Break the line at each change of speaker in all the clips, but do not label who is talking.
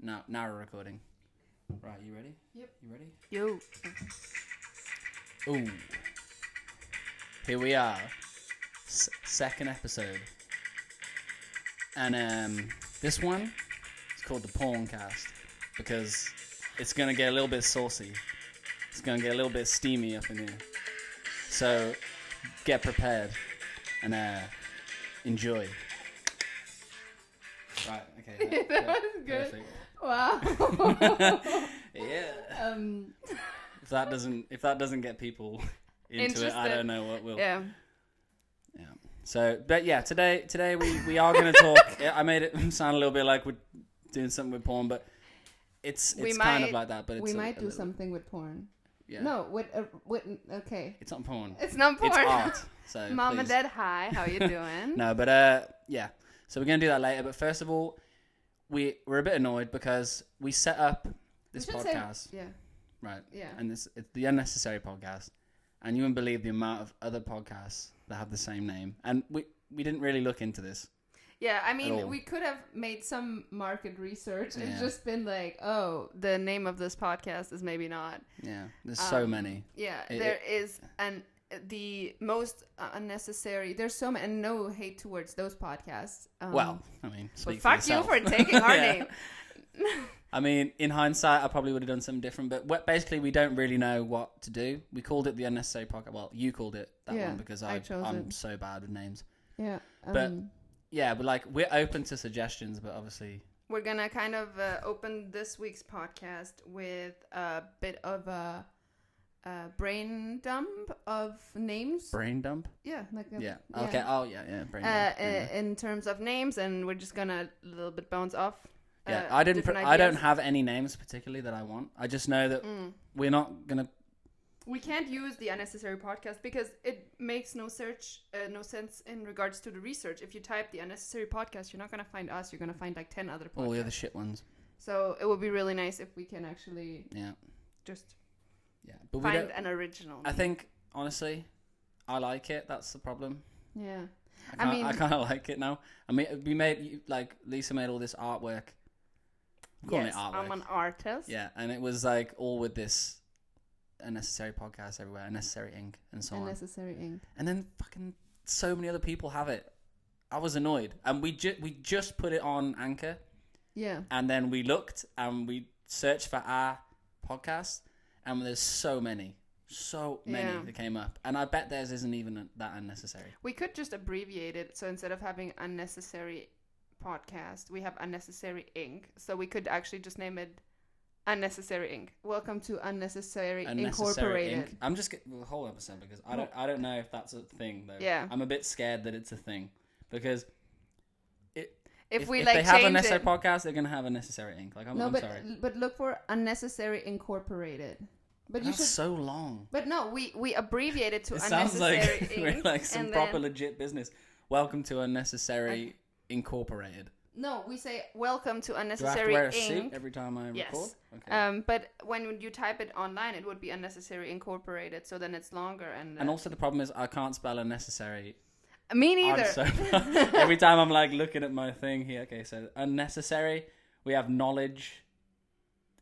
Now, now we're recording. Right, you ready?
Yep.
You ready?
Yo.
Ooh. Here we are. S- second episode. And um, this one is called the Porncast because it's going to get a little bit saucy. It's going to get a little bit steamy up in here. So get prepared and uh, enjoy. Right, okay.
That was good. Wow.
Perfect. yeah.
um,
If that doesn't if that doesn't get people into it, I
Interested.
don't know what will.
yeah.
So, but yeah, today today we we are going to talk. yeah, I made it sound a little bit like we're doing something with porn, but it's it's
We
kind of
might-
like that. But it's
We
a-
might
a
do
little-
something with porn.
Yeah.
No, with, uh, with okay.
it's not porn.
It's not porn.
It's art. So
Mom and
please.
Dad, hi. How you doing?
No, but uh, yeah. So we're gonna do that later. But first of all, we we're a bit annoyed because we set up
We
this
should say-
podcast,
yeah.
right?
Yeah.
And this it's the unnecessary podcast, and you wouldn't believe the amount of other podcasts that have the same name. And we we didn't really look into this.
Yeah, I
all.
mean, we could have made some market research and
Yeah.
just been like, "Oh, the name of this podcast is maybe not."
Yeah, there's so
Um,
many.
Yeah,
It-
there is an the most unnecessary. There's so many, and no hate towards those podcasts. Um,
well, I mean,
but
speak for
fuck you
yourself.
for taking our
Yeah.
name.
I mean, in hindsight, I probably would have done something different. But what, basically, we don't really know what to do. We called it the unnecessary podcast. Well, you called it that
Yeah,
one because I,
I chose
I'm
it.
so bad with names.
Yeah,
But- Yeah, but like we're open to suggestions, but obviously,
We're gonna kind of uh, open this week's podcast with a bit of a, a brain dump of names.
brain dump.
yeah, like a,
Yeah. Okay. Oh yeah, yeah. Brain
Uh,
dump.
i-
yeah.
in terms of names, and we're just gonna a little bit bounce off.
Yeah,
uh,
I didn't. Pr-
different
I don't
ideas. Mm.
have any names particularly that I want. I just know that we're not gonna.
We can't use the unnecessary podcast because it makes no search, uh, no sense in regards to the research. If you type the unnecessary podcast, you're not gonna find us. You're gonna find like ten other podcasts.
All the other shit ones.
So it would be really nice if we can actually
Yeah,
just
yeah. But we
find
don't.
an original.
I think honestly, I like it. That's the problem.
yeah.
I,
I
mean, I
mean-
kind of like it now. I mean, we made you- like Lisa made all this artwork. I'm calling
yes,
it artwork.
I'm an artist.
Yeah, and it was like all with this unnecessary podcast everywhere, unnecessary ink, and so on.
Unnecessary ink.
And then fucking so many other people have it. I was annoyed, and we ju- we just put it on Anchor,
Yeah.
and then we looked and we searched for our podcast, and there's so many, so many
Yeah.
that came up, and I bet theirs isn't even that unnecessary.
We could just abbreviate it. So instead of having unnecessary podcast, we have unnecessary ink. So we could actually just name it unnecessary ink. Welcome to unnecessary,
Unnecessary
incorporated.
ink. I'm just get- well, hold up a second because I don't I don't know if that's a thing though.
Yeah.
I'm a bit scared that it's a thing because it,
If, we
they
like
have a
change
necessary
it.
podcast, they're gonna have a necessary ink. Like I'm,
no,
I'm
but
sorry,
but look for unnecessary incorporated. But you
that's
should.
so long.
But no, we we abbreviate it to
It sounds
unnecessary
like
ink.
we're like some
and
proper
then-
legit business. Welcome to unnecessary incorporated.
no, we say welcome to
Do I have
unnecessary
to wear a
ink.
suit every time I
Yes.
record? Okay.
Um, but when you type it online, it would be unnecessary incorporated. So then it's longer and, uh,
and also the problem is I can't spell unnecessary.
me
I'm
neither.
so bad. every time I'm like looking at my thing here. Okay, so unnecessary. We have knowledge,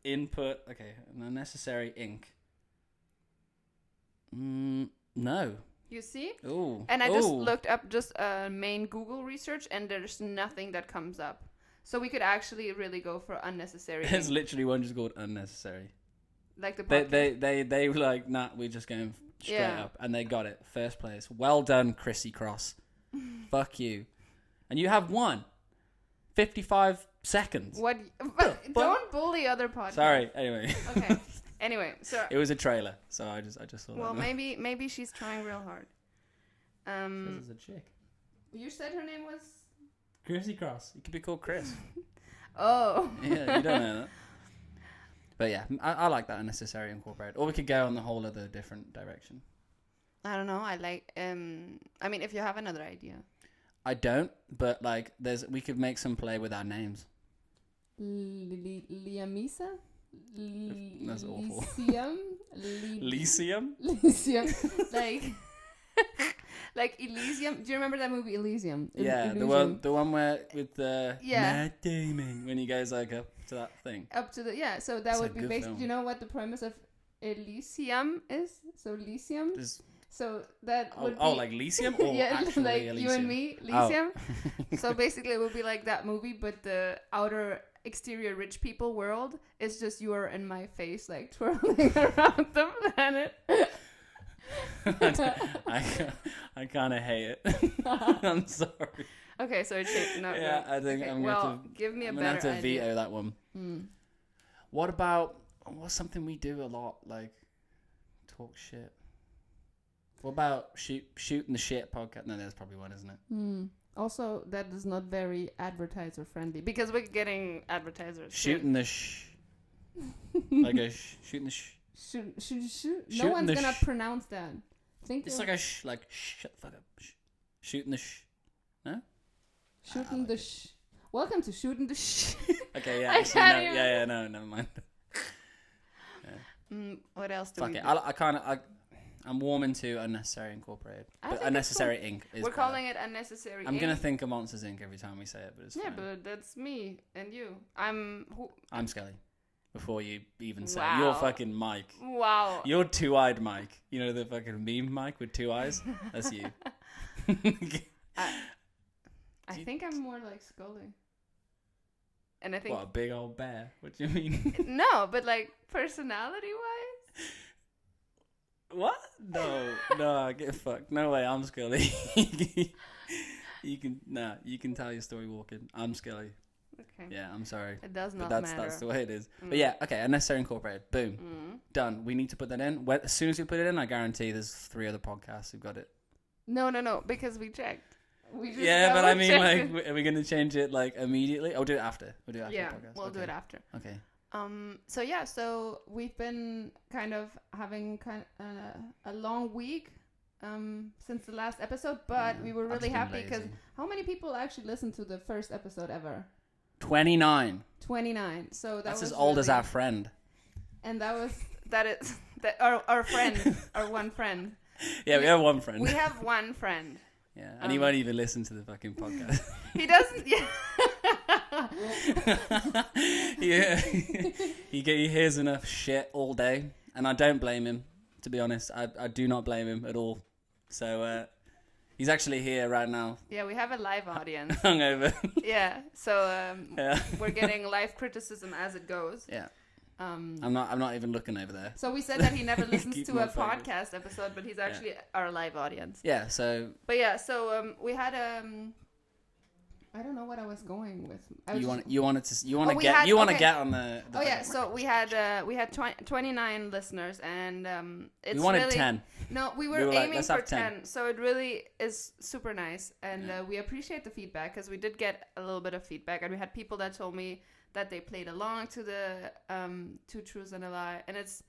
input. Okay, and unnecessary ink. Mm, no.
you see.
Ooh.
And I just
Ooh.
looked up just uh, main Google research, and there's nothing that comes up. So we could actually really go for unnecessary,
There's
ink,
literally one just called unnecessary.
like the
They
podcast.
they they they were like, nah, we're just going straight
Yeah.
up, and they got it first place. Well done, Chrissy Cross. Fuck you. And you have one. 55 seconds.
what?
fuck?
But don't bully other podcasts.
Sorry. Anyway,
Okay. anyway, so
it was a trailer, so I just I just thought.
well,
that
maybe maybe she's trying real hard. Um,
a chick.
you said her name was.
Chrissy Cross. You could be called Chris.
Oh.
yeah, you don't know that. But yeah, I, I like that unnecessary incorporate. Or we could go on the whole other different direction.
I don't know. I like. Um, I mean, if you have another idea,
I don't, but like, there's we could make some play with our names.
Liamisa,
That's awful.
Lycium,
Lyceum.
Lycium, like Like Elysium. Do you remember that movie Elysium? Il-
yeah, the
Illusion?
one, the one where with the
Yeah.
Matt Damon when he goes like up to that thing.
Up to the yeah. So that
It's a
would be
good
based.
film.
Do you know what the premise of Elysium is? So Elysium.
Is-
So that
oh,
would
oh,
be
like Lyceum or actually
like
Elysium?
you and me,
Oh.
Elysium. so basically, it would be like that movie, but the outer exterior rich people world is just you are in my face, like twirling around the planet.
I, I kind of hate it. I'm sorry.
Okay, so it's shaped not
Yeah,
right.
I think
Okay,
I'm
well,
gonna have to,
give me a
I'm gonna
better
have to
idea.
veto that one.
Hmm.
What about what's something we do a lot? Like talk shit. What about shoot shooting the shit podcast? No, there's probably one, isn't it?
Hmm. Also, that is not very advertiser friendly because we're getting advertisers. here.
Shooting the sh. like a sh- shooting the sh.
Shoot, shoot, shoot. No
Shooting
one's
the
gonna
sh-
pronounce that. Think
It's
of
like a sh. Like sh- shut the fuck up. Sh- shooting the sh. I
shooting
like
the
it.
sh. Welcome to shooting the sh.
Okay, yeah,
I
actually,
can't
no,
even-
yeah, yeah, no, never mind.
mm, what else do
Fuck
we?
it.
do?
I, I kind of, I, I'm warming to unnecessary incorporated,
I
but
think it's
unnecessary ink is.
We're
better.
calling it unnecessary.
I'm gonna
ink.
think of Monsters Inc. every time we say it, but it's
yeah,
fine.
but that's me and you. I'm. Who,
I'm Skelly. Before you even say, it. you're
Wow.
fucking Mike.
wow.
You're two-eyed Mike. You know the fucking meme Mike with two eyes. That's you.
I
you-
think I'm more like Scully. And I think
what a big old bear. What do you mean?
no, but like personality wise,
What? No, no, get fucked. No way, I'm Scully. you can nah, you can tell your story walking. I'm Scully.
okay,
Yeah, I'm sorry.
it does
But
not
that's
matter.
that's the way it is. But yeah, okay, unnecessary incorporated. Boom.
Mm.
Done. We need to put that in. When, as soon as we put it in, I guarantee there's three other podcasts who've got it.
No, no, no, because we checked. We just
yeah, but I mean,
double-checked
like,
it.
w- are we going to change it like immediately? I'll do it after. We'll do it after
yeah,
the podcast.
we'll do
Okay.
it after.
Okay.
Um, so yeah, so we've been kind of having kind uh, a long week um since the last episode, but
Yeah,
we were
I've just
really
been
happy because
lazy.
how many people actually listened to the first episode ever?
29.
29. So that
That's
was
as old as
really-
our friend.
And that was that is that our our friend, our one friend.
Yeah, we have one friend.
We have one friend.
yeah, and he
um,
won't even listen to the fucking podcast.
He doesn't. Yeah.
yeah, he, get, he hears enough shit all day, and I don't blame him. To be honest, I, I do not blame him at all. So uh, he's actually here right now,
Yeah, we have a live audience.
hungover.
Yeah. So um,
yeah,
we're getting live criticism as it goes.
yeah.
Um,
I'm not. I'm not even looking over there.
so we said that he never listens
Keep
to
him
a
on focus.
podcast episode, but he's actually our live audience.
Yeah. So
But yeah, so um, we had um, I don't know what I was going with. I was
you
just- Oh,
want you wanted to s- you want to
we
get
had-
you want to
okay.
get on the. the
Oh yeah,
fucking-
so we had uh, we had twi- 29 listeners and um, it's
we wanted
really,
ten.
No, we were,
were like,
aiming
"Let's
for
have 10."
10. so it really is super nice, and
Yeah.
uh, we appreciate the feedback because we did get a little bit of feedback, and we had people that told me that they played along to the um, two truths and a lie, and it's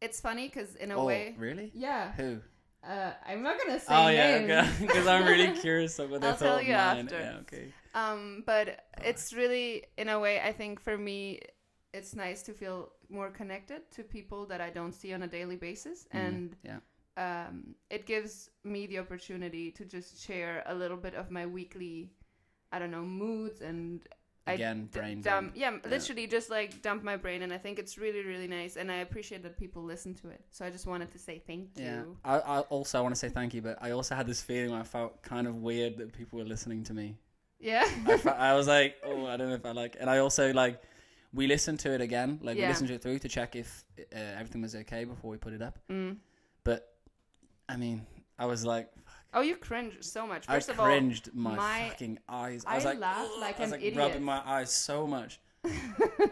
it's funny because in a
oh
way,
really?
yeah,
Who?
uh, I'm not gonna say
oh yeah,
names,
because I'm really curious of what they
I'll tell
thought of
you
mine.
after.
Yeah, okay.
um, but it's really in a way I think for me, it's nice to feel more connected to people that I don't see on a daily basis,
Mhm.
and
yeah,
um, it gives me the opportunity to just share a little bit of my weekly, I don't know, moods and I
again,
d-
brain
dump.
dump.
Yeah, literally just like dump my brain, and I think it's really, really nice, and I appreciate that people listen to it. So I just wanted to say thank
Yeah.
you.
I, I also want to say thank you, but I also had this feeling where I felt kind of weird that people were listening to me.
Yeah,
I, fe- I was like, oh, I don't know if I like. And I also like, we listened to it again. Like
Yeah.
we listened to it through to check if uh, everything was okay before we put it up.
Mm.
But I mean, I was like,
Oh, you cringe so much. First
I
of all,
cringed my,
my-
fucking eyes. I was
I
like,
laughed
"Ugh,"
like
I was
an
like
idiot.
rubbing my eyes so much.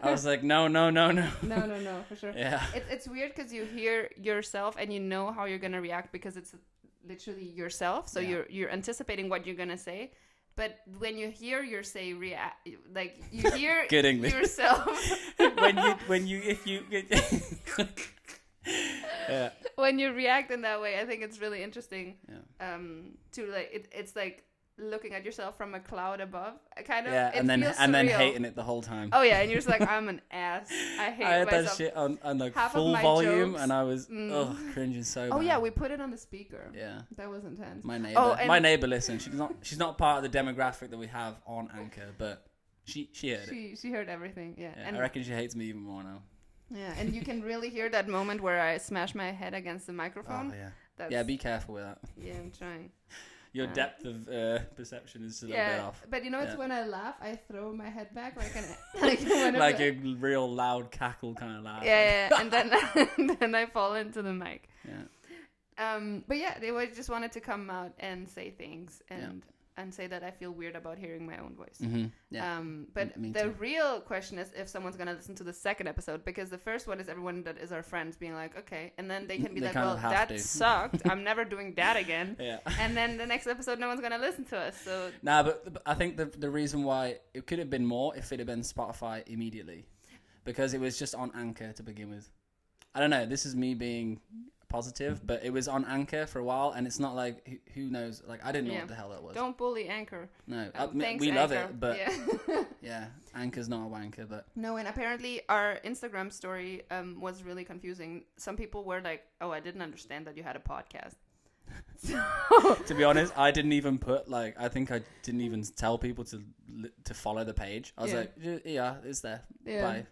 I was like, no, no, no, no.
no, no, no, for sure.
Yeah.
It's it's weird because you hear yourself and you know how you're gonna react because it's literally yourself. So
Yeah.
you're you're anticipating what you're gonna say, but when you hear your say react, like you hear
Good English.
yourself
when you, when you, if you, yeah,
when you react in that way. I think it's really interesting.
yeah.
Um, to like it, it's like looking at yourself from a cloud above. I Kind of.
yeah,
it
and then
feels
and then
surreal.
hating it the whole time.
Oh yeah, and you're just like, I'm an ass. I hate
I had
myself.
that shit on, on like
Half of
full
my
volume,
jokes-
and I was
Mm.
ugh cringing so.
Oh
bad.
yeah, we put it on the speaker.
yeah.
That was intense.
My neighbor,
Oh, and-
my neighbor, listen, she's not she's not part of the demographic that we have on Anchor, but she she heard it.
She she heard everything. Yeah.
Yeah,
and
I reckon she hates me even more now.
yeah, and you can really hear that moment where I smash my head against the
Oh
microphone.
yeah,
That's,
yeah. Be careful with that.
yeah, I'm trying.
Your
Yeah.
depth of uh, perception is a little bit
Yeah,
off.
but you know, it's
Yeah.
when I laugh, I throw my head back like an like one of
like
the-
a real loud cackle kind of laugh.
yeah, yeah, and then and then I fall into the mic.
yeah.
Um, but yeah, they wa- just wanted to come out and say things
Yeah.
and and say that I feel weird about hearing my own voice.
hmm yeah.
Um, but
M- me
the
too.
real question is if someone's gonna listen to the second episode because the first one is everyone that is our friends being like, okay, and then they can be
They
like,
kind
well,
of have
that
to.
sucked. I'm never doing that again.
yeah.
And then the next episode, no one's gonna listen to us. So
Nah, but, but I think the the reason why it could have been more if it had been Spotify immediately, because it was just on Anchor to begin with. I don't know. This is me being positive, but it was on Anchor for a while, and it's not like who, who knows. Like I didn't know
Yeah.
what the hell that was.
don't bully Anchor.
no, I
Um,
admit-
thanks,
Uh, we love
Anchor.
it, but yeah.
yeah.
Anchor's not a wanker. But
No, and apparently our Instagram story um, was really confusing. Some people were like, "Oh, I didn't understand that you had a podcast." So,
to be honest, I didn't even put like I think I didn't even tell people to li- to follow the page. I was
Yeah.
like, "Yeah, yeah, it's there.
yeah,
Bye.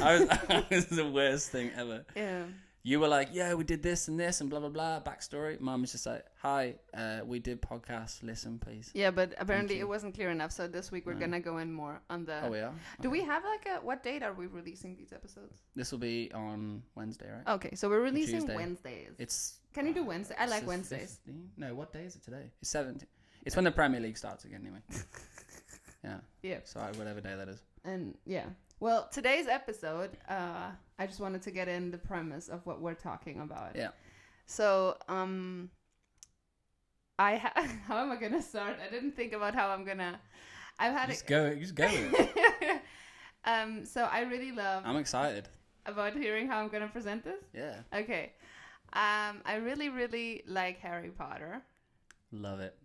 I was, I was the worst thing ever.
yeah,
You were like, yeah, we did this and this and blah blah blah. Backstory. Mum was just like, hi, uh, we did podcasts. Listen, please.
yeah. But apparently
you.
it wasn't clear enough. So this week we're
No.
gonna go in more on the.
Oh, we are.
Do we have like a what date are we releasing these episodes?
This will be on Wednesday, right?
Okay, so we're releasing
Tuesday.
Wednesdays.
It's.
Can you do Wednesday? Uh, I
it's
like
the
Wednesdays.
15? No, what day is it today? It's seventeen. It's when the Premier League starts again, anyway. yeah.
Yeah.
So I- whatever day that is.
And yeah. Well, today's episode, uh, I just wanted to get in the premise of what we're talking about.
Yeah.
So, um, I ha- how am I gonna start? I didn't think about how I'm gonna. I've had
Just go. Just go. with it.
it. um. So I really love
I'm excited.
about hearing how I'm gonna present this.
Yeah.
Okay. Um, I really, really like Harry Potter.
Love it.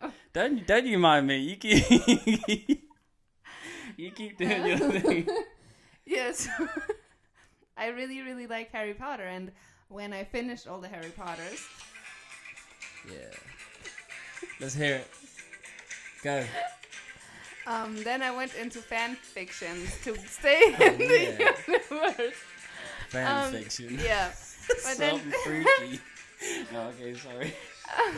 Oh.
don't don't you mind me. You keep. you keep doing your thing.
yes. I really, really like Harry Potter, and when I finished all the Harry Potters,
Yeah. Let's hear it. Go.
Um, then I went into fan fictions to stay in
yeah.
the universe.
Fan
Um,
fiction.
Yeah. But then,
Something freaky. oh, okay, sorry.
I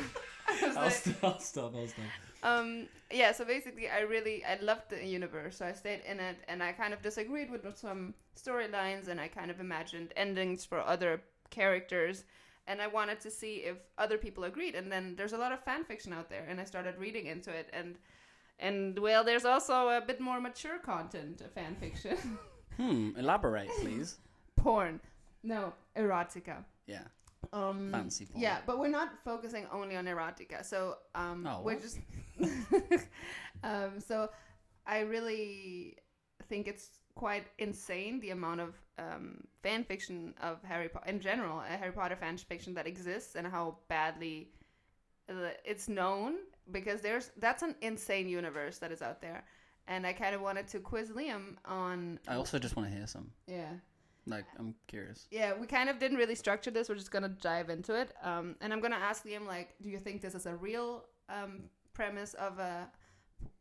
was
I'll
like-
stop, I'll stop, I'll stop.
um, yeah. So basically, I really I loved the universe, so I stayed in it, and I kind of disagreed with some storylines, and I kind of imagined endings for other characters, and I wanted to see if other people agreed. And then there's a lot of fan fiction out there, and I started reading into it, and and well, there's also a bit more mature content of fan fiction,
Hmm, elaborate, please.
porn, no erotica.
Yeah,
um
fancy porn.
yeah but we're not focusing only on erotica so um
Oh,
we're
what?
just um so i really think it's quite insane the amount of um fan fiction of harry potter in general uh, harry potter fan fiction that exists and how badly uh, it's known because there's that's an insane universe that is out there and i kind of wanted to quiz liam on
I also just want to hear some.
yeah
Like, I'm curious.
yeah, we kind of didn't really structure this. We're just gonna dive into it, um, and I'm gonna ask Liam like, do you think this is a real um, premise of a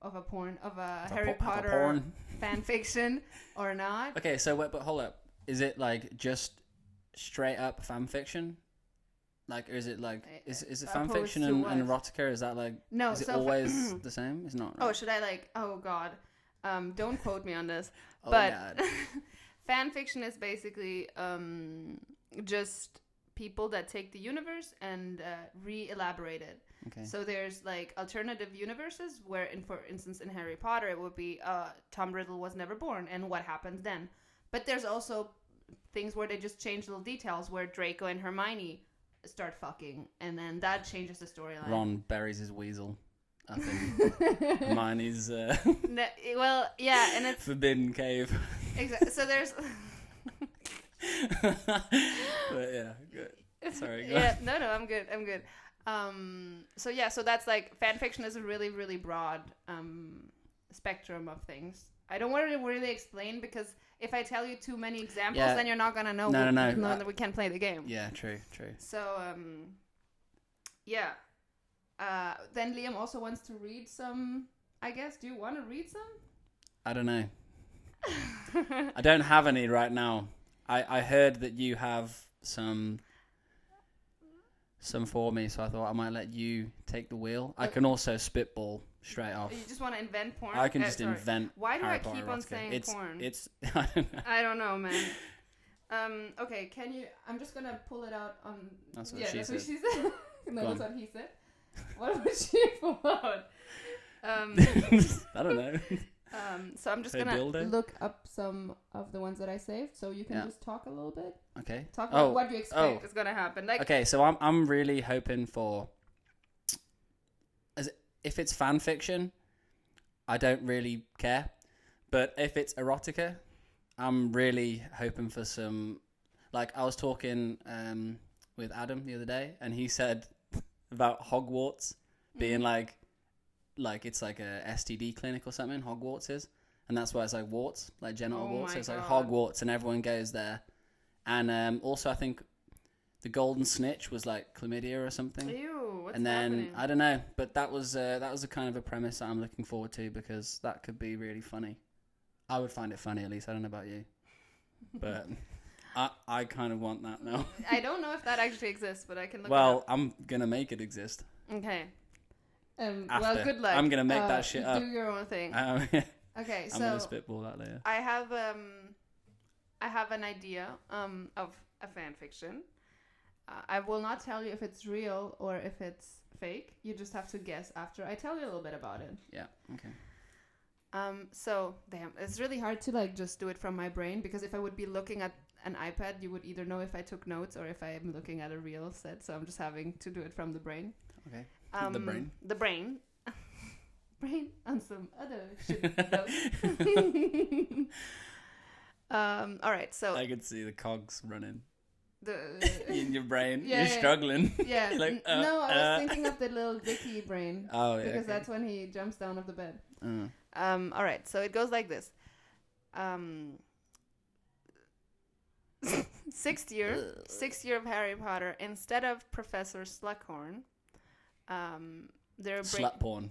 of a porn of a
Have
Harry
po- have
Potter
porn.
fan fiction or not?
Okay, so wait, but hold up. Is it like just straight up fan fiction? Like, or is it like
Uh,
is is it
uh,
fan
opposed
fiction
to
and,
what?
and erotica? Is that like
No,
is it
so fa-
always the same? It's not.
oh,
Right?
should I like? Oh God, um, don't quote me on this.
Oh,
but
God.
fan fiction is basically um, just people that take the universe and uh, re-elaborate it.
Okay.
So there's like alternative universes where, in, for instance, in Harry Potter, it would be uh, Tom Riddle was never born and what happened then. But there's also things where they just change little details where Draco and Hermione start fucking, and then that changes the storyline.
Ron buries his weasel up in Hermione's uh,
No, well, yeah, and it's
forbidden cave.
exa- so there's.
but yeah, good. Sorry, go
yeah, no, no, I'm good. I'm good. Um, so yeah, so that's like fan fiction is a really really broad um, spectrum of things. I don't want to really explain because if I tell you too many examples,
Yeah.
then you're not gonna know.
No, no,
we,
no.
know
Uh,
that we can play the game.
Yeah, true, true.
So um, yeah. Uh, then Liam also wants to read some. I guess. Do you want to read
I don't know.
some?
I don't have any right now. I, I heard that you have some some for me, so I thought I might let you take the wheel. I can also spitball straight off.
you just want to invent porn?
Oh. I can
Uh,
just
sorry.
invent.
Why do
Harry
I
Potter
keep on
erotica.
saying
it's,
porn?
It's I don't know.
I don't know, man. Um, okay, can you? I'm just gonna pull it out on.
That's what
yeah,
she
that's what
said.
she said. no,
Go
that's what he said. What would she pull out? Um,
I don't know.
um, so I'm just
Her
gonna
dildo?
look up some of the ones that I saved, so you can
Yeah.
just talk a little bit.
Okay.
Talk
Oh,
about what you expect
oh.
is gonna happen. Like,
Okay, so I'm I'm really hoping for as if it's fan fiction, I don't really care. But if it's erotica, I'm really hoping for some like I was talking um with Adam the other day and he said about Hogwarts
Mm,
being like like it's like a STD clinic or something, Hogwarts is. And that's why it's like warts, like genital
Oh
warts.
my
So it's like
God.
Hogwarts and everyone goes there. And um, also I think the golden snitch was like chlamydia or something
ew, what's
and then
happening?
i don't know but that was uh, that was a kind of a premise that i'm looking forward to because that could be really funny i would find it funny at least i don't know about you but i i kind of want that now
I don't know if that actually exists, but I can look.
well i'm gonna make it exist
it up. okay. Um,
After.
well, good luck. Uh,
I'm gonna make that shit
do
up.
Do your own thing.
um,
okay,
i'm
so
gonna spitball that later
I have um, I have an idea um of a fan fiction. Uh, I will not tell you if it's real or if it's fake. You just have to guess after I tell you a little bit about it.
yeah okay
Um, so damn, it's really hard to like just do it from my brain because if I would be looking at an iPad, you would either know if I took notes or if I am looking at a real set. So I'm just having to do it from the brain.
okay
Um,
The brain.
The brain. brain on some other shit. um. All right. So
i could see the cogs running
the
in your brain
Yeah,
you're
yeah.
struggling
yeah.
You're like,
n-
uh,
no, I was
uh.
thinking of the little Dicky brain
oh yeah
because
okay.
that's when he jumps down off the bed.
Uh,
Um. All right. So it goes like this. Um. sixth year, sixth year of Harry Potter. Instead of Professor Slughorn, um, they're bring-
slut porn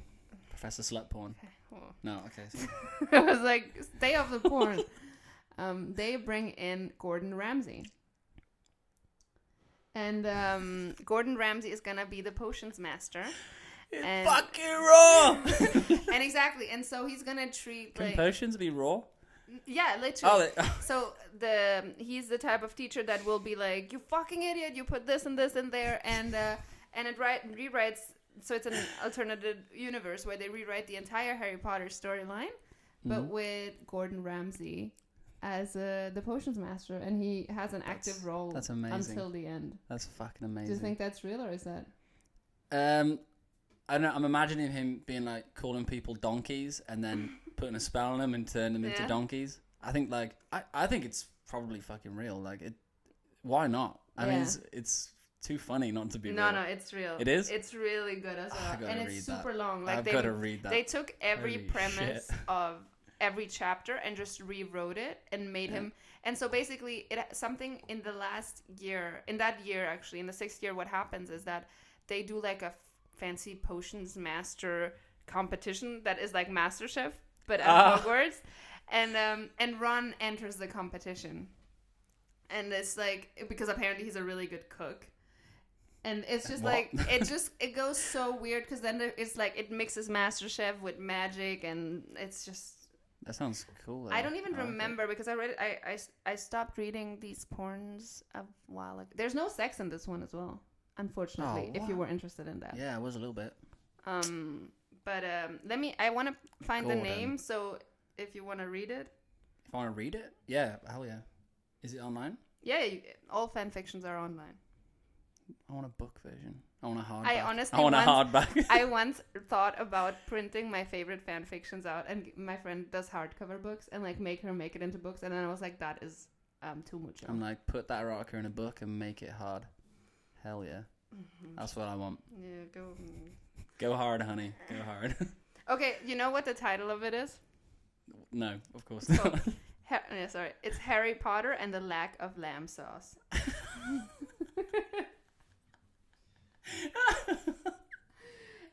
professor slut porn
Oh.
no okay so-
I was like, stay off the porn. um, they bring in Gordon Ramsay. And um, Gordon Ramsay is going to be the potions master. And-
fucking raw
And exactly. And so he's going to treat
Can
like.
potions be raw?
yeah, literally.
Oh, they,
so the he's the type of teacher that will be like, "You fucking idiot! You put this and this in there," and uh, and it write, rewrites. So it's an alternative universe where they rewrite the entire Harry Potter storyline, but
Mhm.
with Gordon Ramsay as uh, the potions master, and he has an active
That's-
role
that's amazing.
until the end.
that's fucking
Do you
amazing.
think that's real or is that?
um, I don't know. I'm imagining him being like calling people donkeys and then putting a spell on them and turning them into
Yeah.
donkeys. I think like I, I think it's probably fucking real. Like it, why not? I mean,
Yeah.
it's, it's too funny not to be
No,
real.
no, it's real.
It is?
It's really good as
Ah, I
well,
gotta
and
read
it's
that.
super long. Like
I've
they
got to read that.
They took every
Holy
premise
shit.
of every chapter and just rewrote it and made
Yeah.
him. And so basically, it something in the last year, in that year actually, in the sixth year, what happens is that they do like a f- fancy potions master competition that is like MasterChef, but at
Ah.
Hogwarts. And um, and Ron enters the competition, and it's like because apparently he's a really good cook. And it's just
What?
like it just it goes so weird because then there- it's like it mixes MasterChef with magic and it's just
that sounds cool.
I
though.
don't even
like it.
remember because I read it, I, I s- I stopped reading these porns a while ago. There's no sex in this one as well, unfortunately.
Oh,
if you
what?
were interested in that,
Yeah, it was a little bit.
um, but um, let me I want to find
Gordon.
the name so if you want to read it,
If I want to read it, yeah, hell yeah. Is it online?
yeah, you, all fan fictions are online.
I want a book version. I want a hardback.
I honestly
I want a
once-
hardback.
I once thought about printing my favorite fan fictions out, and my friend does hardcover books, and like make her make it into books, and then I was like, that is um too much.
I'm like, put that erotica in a book and make it hard. Hell yeah. That's what I want.
Mm-hmm. Yeah, go. mm.
Go hard, honey. Go hard.
Okay, you know what the title of it is?
no, of course
It's
not.
called- Ha- yeah, sorry. It's Harry Potter and the Lack of Lamb Sauce.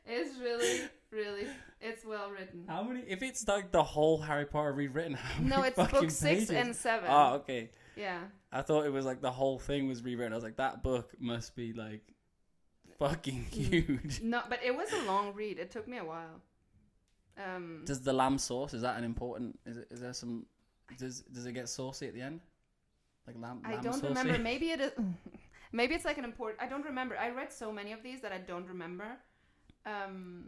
it's really, really, it's well written.
How many? If it's like the whole Harry Potter rewritten, how
No,
many
it's book
fucking
six
pages?
and seven.
Oh, okay.
Yeah.
I thought it was like the whole thing was rewritten. I was like, that book must be like
Mm.
fucking huge.
No, but it was a long read. It took me a while. Um,
Does the lamb sauce is that an important? Is it, is there some? Does does it get saucy at the end? Like lamb.
I
lamb
don't
saucy?
remember. Maybe it is. Maybe it's like an important. I don't remember. I read so many of these that I don't remember. Um,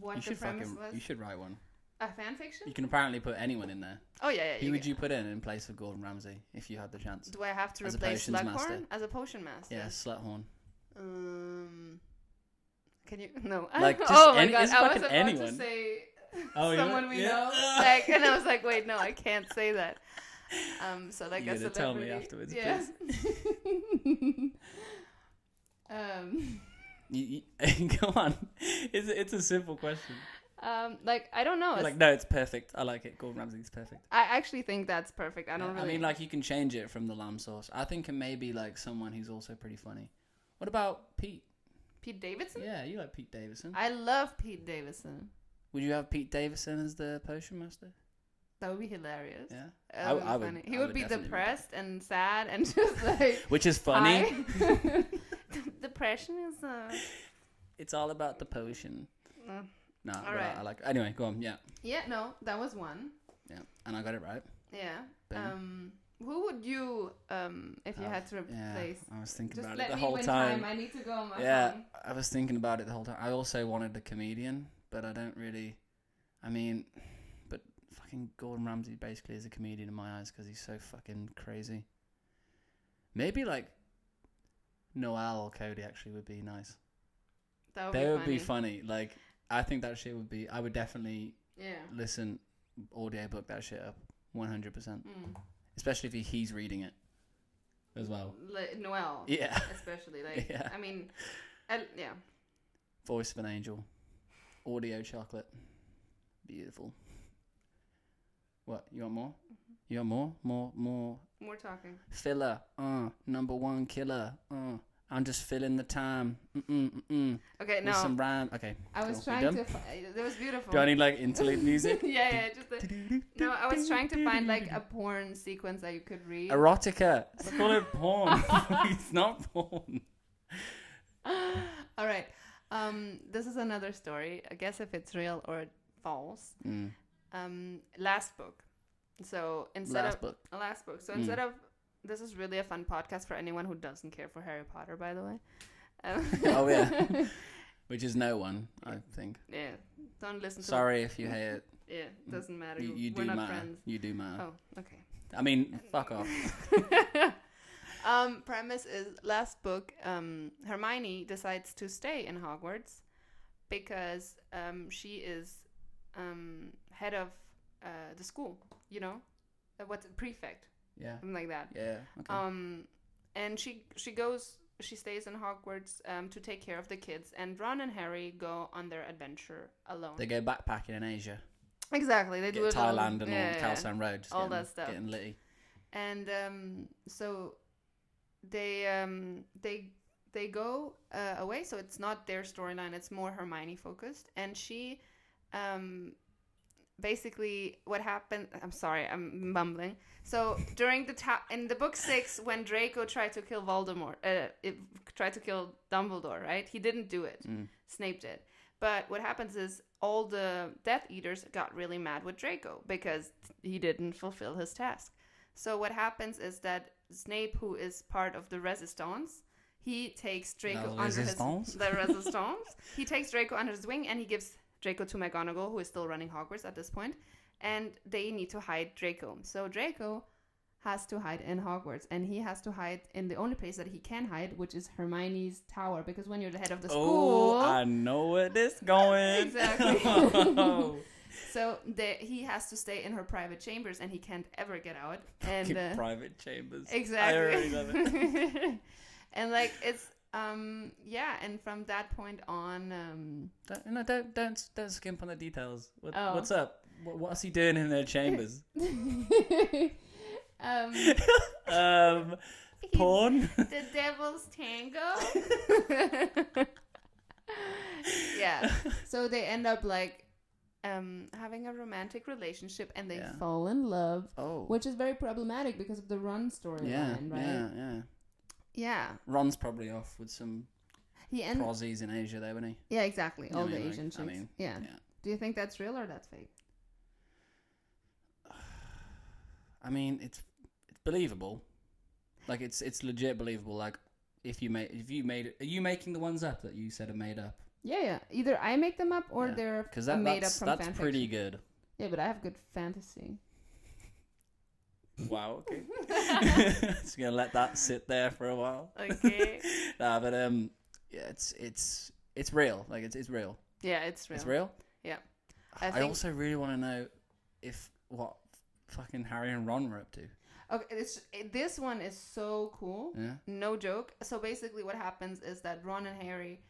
what
you
the
should
premise
fucking.
was?
You should write one.
A fan fiction?
You can apparently put anyone in there.
Oh yeah, yeah.
Who
you
would
can-
you put in in place of Gordon Ramsay if you had the chance?
Do I have to
As a
replace
potions master.
Slughorn as a potion master?
Yeah, Sluthorn.
Um, can you? No.
Like, just
oh my
any-
god!
it's
I was
fucking
about
anyone.
to say
Oh, you-
someone we
yeah.
know, like, and I was like, wait, no, I can't say that. Um, so like
You're
a
gonna tell me
celebrity.
afterwards,
yeah. um,
You, you, go on. It's it's a simple question.
um, like I don't know. It's,
Like no, it's perfect. I like it. Gordon Ramsay's perfect.
I actually think that's perfect. I don't
Yeah,
really.
I mean, like you can change it from the lamb sauce. I think it may be like someone who's also pretty funny. What about Pete?
Pete Davidson.
Yeah, you like Pete Davidson.
I love Pete Davidson.
Would you have Pete Davidson as the potion master?
That would be hilarious.
Yeah,
That
I-
would be
I would-
funny. He
I
would,
would
be
definitely do that.
depressed and sad and just like
which is funny.
Hi. Depression is uh,
It's all about the potion.
Mm.
No, but I-
right.
I, like. Anyway, go on. Yeah,
yeah. No, that was one.
yeah, and I got it right.
Yeah.
Boom.
Um, who would you um if you
Oh,
had to
Yeah,
replace?
I was thinking
Just
about
let
it the
me
whole
win
time.
time. I need to go. On my
yeah,
phone.
I was thinking about it the whole time. I also wanted a comedian, but I don't really. I mean, but fucking Gordon Ramsay basically is a comedian in my eyes because he's so fucking crazy. Maybe like Noel Cody actually would be nice.
That would
they
be
would
funny.
be funny. Like I think that shit would be. I would definitely
Yeah.
listen audiobook that shit up one hundred percent,
Mm.
especially if he, he's reading it as well.
Like, Noel.
Oh. Yeah,
Especially like
Yeah.
I mean, I, yeah.
voice of an angel, audio chocolate, beautiful. What you want more?
Mm-hmm.
You want more? More? More
More talking.
filler? Uh, number one killer. Uh, I'm just filling the time. Mm-mm, mm-mm.
Okay.
With
No,
some rhyme. Okay.
I was
cool. You
trying
done?
to. Fi- that was beautiful.
Do I need like interlude music?
yeah, yeah. Just the, no, I was trying to find like a porn sequence that you could read.
Erotica. Stop calling it porn. it's not porn.
All right. Um, this is another story. I guess if it's real or false.
Mm.
Um, last book. So instead
Last
of
book.
last book. So
Mm.
instead of this is really a fun podcast for anyone who doesn't care for Harry Potter, by the way. Um,
Oh, yeah. Which is no one, I think.
yeah. Don't listen to.
Sorry if you hate it.
Yeah. Doesn't matter.
You, you
We're
do
not
matter.
friends.
You do matter.
Oh, okay.
I mean, fuck off.
um, premise is last book. Um, Hermione decides to stay in Hogwarts because um, she is um, head of uh, the school. You know, Uh, what's it, prefect,
Yeah.
something like that.
Yeah. Okay.
Um, and she she goes. She stays in Hogwarts um, to take care of the kids, and Ron and Harry go on their adventure alone.
They go backpacking in Asia,
exactly, they
get
do it all-
Thailand and
yeah,
all
yeah, yeah.
Khalsan Road, just
All
getting,
that stuff.
getting litty.
and um, so they um, they they go uh, away. So it's not their storyline; it's more Hermione focused. And she, um, basically, what happened? I'm sorry, I'm mumbling. So during the ta- in the book six, when Draco tried to kill Voldemort, uh, it, tried to kill Dumbledore, right? He didn't do it.
Mm.
Snape did. But what happens is all the Death Eaters got really mad with Draco because he didn't fulfill his task. So what happens is that Snape, who is part of the Resistance, he takes Draco
La
under his
Resistance?
the Resistance. he takes Draco under his wing and he gives Draco to McGonagall, who is still running Hogwarts at this point, and they need to hide Draco. So Draco has to hide in Hogwarts, and he has to hide in the only place that he can hide, which is Hermione's tower, because when you're the head of the school,
Oh, I know where this going.
Exactly.
Oh,
so the, he has to stay in her private chambers, and he can't ever get out. And
fucking
uh,
private chambers. I
Exactly.
already love it.
and like it's Um, yeah, and from that point on, um,
Don't, no, don't don't don't skimp on the details. What,
Oh.
What's up? What, what's he doing in their chambers?
um,
um, porn.
the devil's tango. yeah. So they end up like um, having a romantic relationship, and they
Yeah.
fall in love,
oh.
which is very problematic because of the Ron storyline,
yeah,
right?
yeah, yeah.
Yeah.
Ron's probably off with some
He end.
prozzies in Asia, there, wasn't he?
yeah, exactly.
I
All
mean,
the
like,
Asian
I
chicks.
mean,
yeah.
yeah.
Do you think that's real or that's fake?
I mean, it's it's believable. Like it's it's legit believable. Like if you made if you made are you making the ones up that you said are made up?
Yeah, yeah. Either I make them up or
Yeah.
they're
Because that,
made
that's
up from
that's
fan
pretty
fiction.
good.
Yeah, but I have good fantasy.
Wow. Okay. Just gonna let that sit there for a while.
Okay.
Nah, but um, yeah, it's it's it's real. Like it's it's real.
yeah, it's real.
It's real.
Yeah. I
I,
think-
also really want to know if what fucking Harry and Ron were up to.
Okay, it's, this one is so cool.
Yeah.
No joke. So basically, what happens is that Ron and Harry,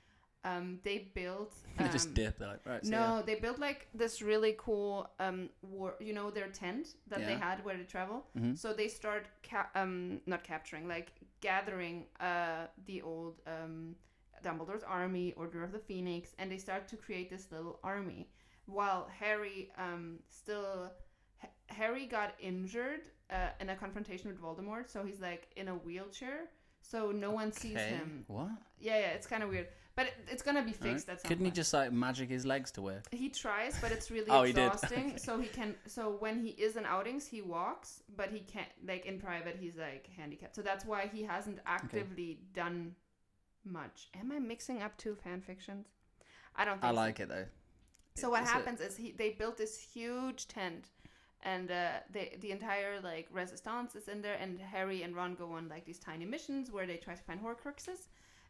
um, they built.
they just
um,
dip. They're like, right. see ya.
No, they built like this really cool um war. You know their tent that they
Yeah.
had where they travel.
Mhm.
So they start ca- um not capturing like gathering uh the old um Dumbledore's army, Order of the Phoenix, and they start to create this little army. While Harry um still Ha- Harry got injured uh, in a confrontation with Voldemort, so he's like in a wheelchair. So no one sees
Okay.
him.
What?
Yeah, yeah, it's kind of weird, but it, it's gonna be fixed at some
Couldn't he
point
just like magic his legs to work?
he tries but it's really
Oh, he did.
exhausting
Okay.
so he can so when he is in outings he walks but he can't like in private he's like handicapped so that's why he hasn't actively done much am i mixing up two fan fictions i don't think
I
so.
like it though.
So what
It's a-
happens is he they built this huge tent, and uh, they the entire like resistance is in there, and Harry and Ron go on like these tiny missions where they try to find Horcruxes,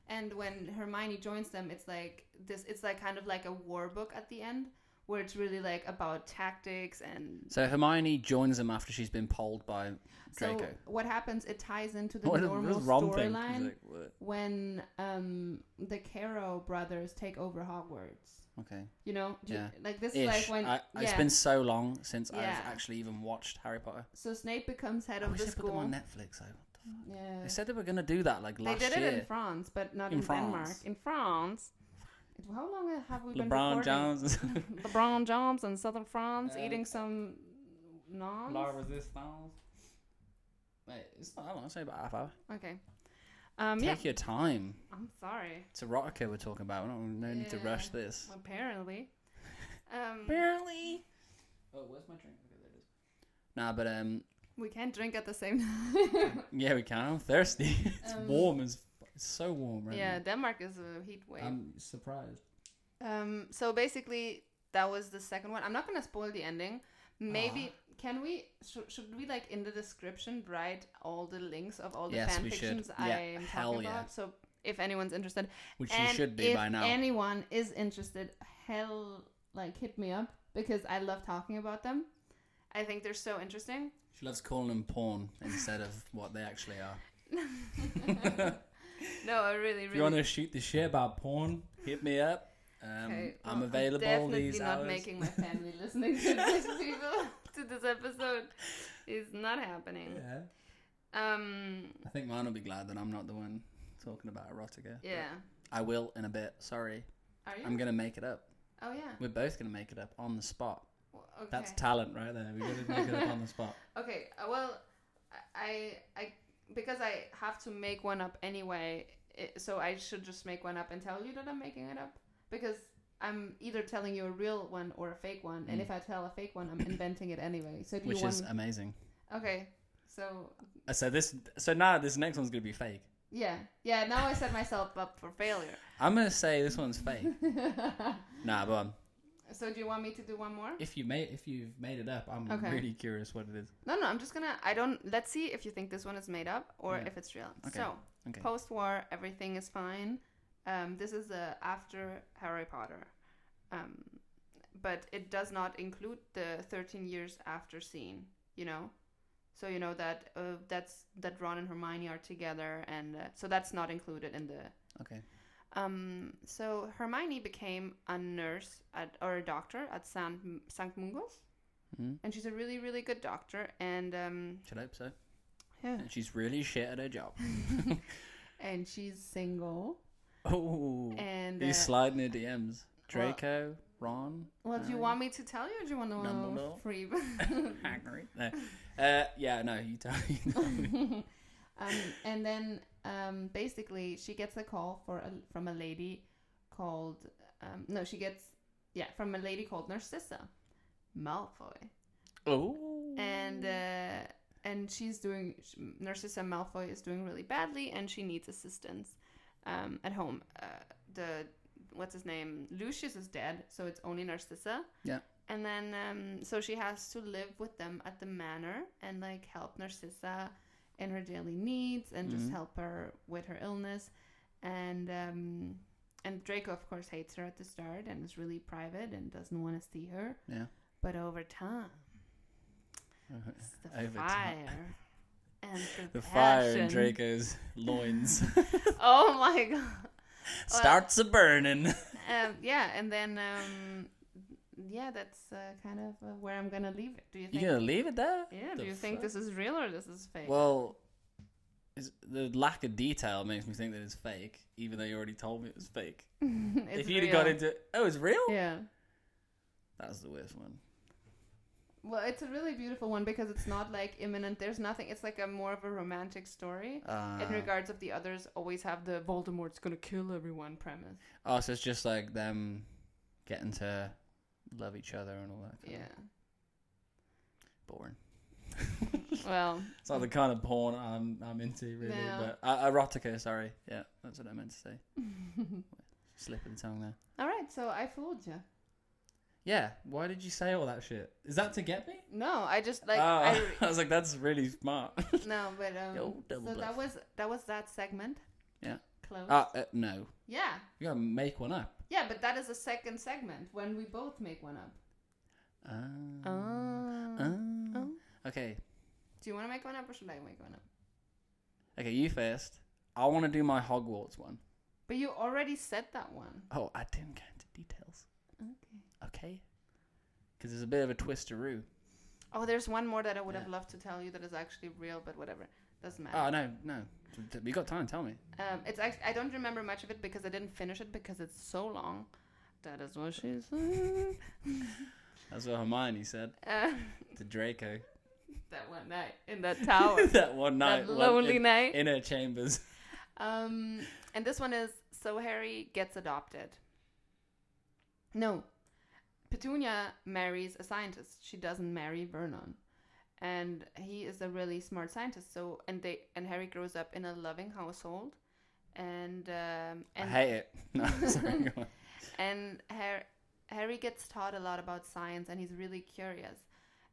and when Hermione joins them, it's like this. It's like kind of like a war book at the end where it's really like about tactics and
So Hermione joins him after she's been polled by Draco.
so what happens. It ties into the
what does- what
normal
does Ron think? He's
storyline
like, "What?"
when um, the Caro brothers take over Hogwarts.
okay.
You know, Do you-
Yeah.
like this is like
Ish.
when
I, It's
yeah.
been so long since
Yeah.
I've actually even watched Harry Potter.
So Snape becomes head
I
of
wish
the
they put them on
school.
Netflix. Though. What the fuck?
Yeah.
They said they were gonna do that like
They
last
did it
year.
in France, but not in,
In
Denmark.
France.
In France. How long have we been
LeBron
recording?
Jones.
LeBron James in southern France
Um,
eating some nons.
La Resistance. Mate, it's not that long. It's only about half hour.
Okay. Um, yeah.
Take your time.
I'm sorry.
It's erotica we're talking about. No, no need to rush
Yeah.
this.
Apparently. Um,
Apparently. Oh, where's my drink? Okay, there it is. Nah, but um,
we can't drink at the same time.
yeah, we can. I'm thirsty. it's
Um,
warm as. fu- It's so warm right
yeah,
now.
Denmark is a heat wave.
I'm surprised.
Um, so basically, that was the second one. I'm not gonna spoil the ending. Maybe can we sh- should we like in the description write all the links of all the
Yes, we
fan
should.
fictions
Yeah,
I'm
hell
talking
yeah.
about? So if anyone's interested,
Which
and
you should be
if
by now.
anyone is interested, hell, like hit me up because I love talking about them. I think they're so interesting.
She loves calling them porn instead of what they actually are.
No, I really,
If you want
really.
to shoot the shit about porn, hit me up. Um,
Okay, well,
I'm available
definitely
these
not
hours.
making my family listening to this people to this episode. It's not happening.
Yeah.
Um.
I think mine will be glad that I'm not the one talking about erotica. but
Yeah.
I will in a bit. Sorry.
Are you?
I'm going to make it up.
oh yeah.
We're both going to make it up on the spot.
Well, okay.
That's talent right there. We're going to make it up on the spot.
okay. uh, Well, I, I, I, because I have to make one up anyway, it, so I should just make one up and tell you that I'm making it up because I'm either telling you a real one or a fake one, and
Mm.
if I tell a fake one, I'm inventing it anyway. So do
Which
you want?
is uh, amazing.
okay. So
Uh, So this, so now this next one's going to be fake.
yeah, yeah. Now I set myself up for failure.
I'm going to say this one's fake. nah, but um,
so do you want me to do one more?
if you made, if you've made it up, I'm
Okay.
really curious what it is.
No, no. I'm just gonna. I don't. Let's see if you think this one is made up or
Yeah.
if it's real.
Okay.
So.
Okay.
Post war, everything is fine. Um, this is uh, after Harry Potter. Um, but it does not include the 13 years after scene, you know? So you know that uh, that's that Ron and Hermione are together, and uh, so that's not included in the
Okay.
um, so Hermione became a nurse at, or a doctor at San, St. Mungo's,
Mhm.
and she's a really, really good doctor. And um,
Should I hope so?
yeah.
And she's really shit at her job.
and she's single.
oh,
And uh,
he's sliding her DMs. Draco, Ron,
well, do you
Alright.
want me to tell you, or do you want to know
Dumbledore.
free?
Hagrid. No. Uh, yeah, no, you tell me.
um, and then um, basically, she gets a call for a, from a lady called um, no, she gets yeah from a lady called Narcissa Malfoy.
oh.
and uh, and she's doing sh- Narcissa Malfoy is doing really badly, and she needs assistance um, at home. Uh, the what's his name Lucius is dead, so it's only Narcissa.
Yeah.
And then um, so she has to live with them at the manor and like help Narcissa in her daily needs and just
Mhm.
help her with her illness and. Um, and Draco, of course, hates her at the start and is really private and doesn't want to see her.
Yeah.
But over time, it's the
Over time.
fire and the,
the fire in
passion.
Draco's loins
Oh my god!
starts a burning.
Um, yeah, and then um, yeah, that's uh, kind of uh, where I'm gonna leave it. Do you
You
think?
gonna leave it there?
yeah.
The
Do you think
fuck?
this is real or this is fake?
Well, is, the lack of detail makes me think that it's fake, even though you already told me it was fake.
It's
if you'd
real.
have got into, oh, it's real.
yeah.
That's the worst one.
Well, it's a really beautiful one because it's not like imminent. There's nothing. It's like a more of a romantic story.
Uh,
in regards of the others, always have the Voldemort's gonna kill everyone premise.
oh, so it's just like them getting to love each other and all that. Kind
Yeah.
Of boring.
Well,
It's not the kind of porn I'm I'm into really,
No.
but uh, erotica. Sorry, yeah, that's what I meant to say. Slip of the tongue there.
all right. So I fooled you.
Yeah, why did you say all that shit? Is that to get me?
No, I just like
oh,
I
I,
re-
was like, that's really smart.
No, but um,
Yo, double
so that
bluff.
was that was that segment.
Yeah.
Close.
uh, uh, no,
yeah,
you gotta make one up.
yeah, but that is a second segment when we both make one up.
Ah.
Oh.
Ah.
Oh.
Okay,
Do you want to make one up or should I make one up?
okay, you first. I want to do my Hogwarts one.
But you already said that one.
Oh, I didn't get into details.
Okay.
Okay, because there's a bit of a twisteroo.
Oh, there's one more that I would have
Yeah.
loved to tell you that is actually real, but whatever, doesn't
Oh
matter.
no, no, we got time. Tell me.
um, it's actually I don't remember much of it because I didn't finish it because it's so long. That is what she said.
That's what Hermione said
uh,
to Draco
that one night in that tower,
that one night,
that
when-
lonely
in,
night.
in her chambers.
Um, and this one is so Harry gets adopted. No, Petunia marries a scientist. She doesn't marry Vernon, and he is a really smart scientist. So and they and Harry grows up in a loving household, and um,
I
and
hate it. No, sorry. go on.
and Har- Harry gets taught a lot about science, and he's really curious.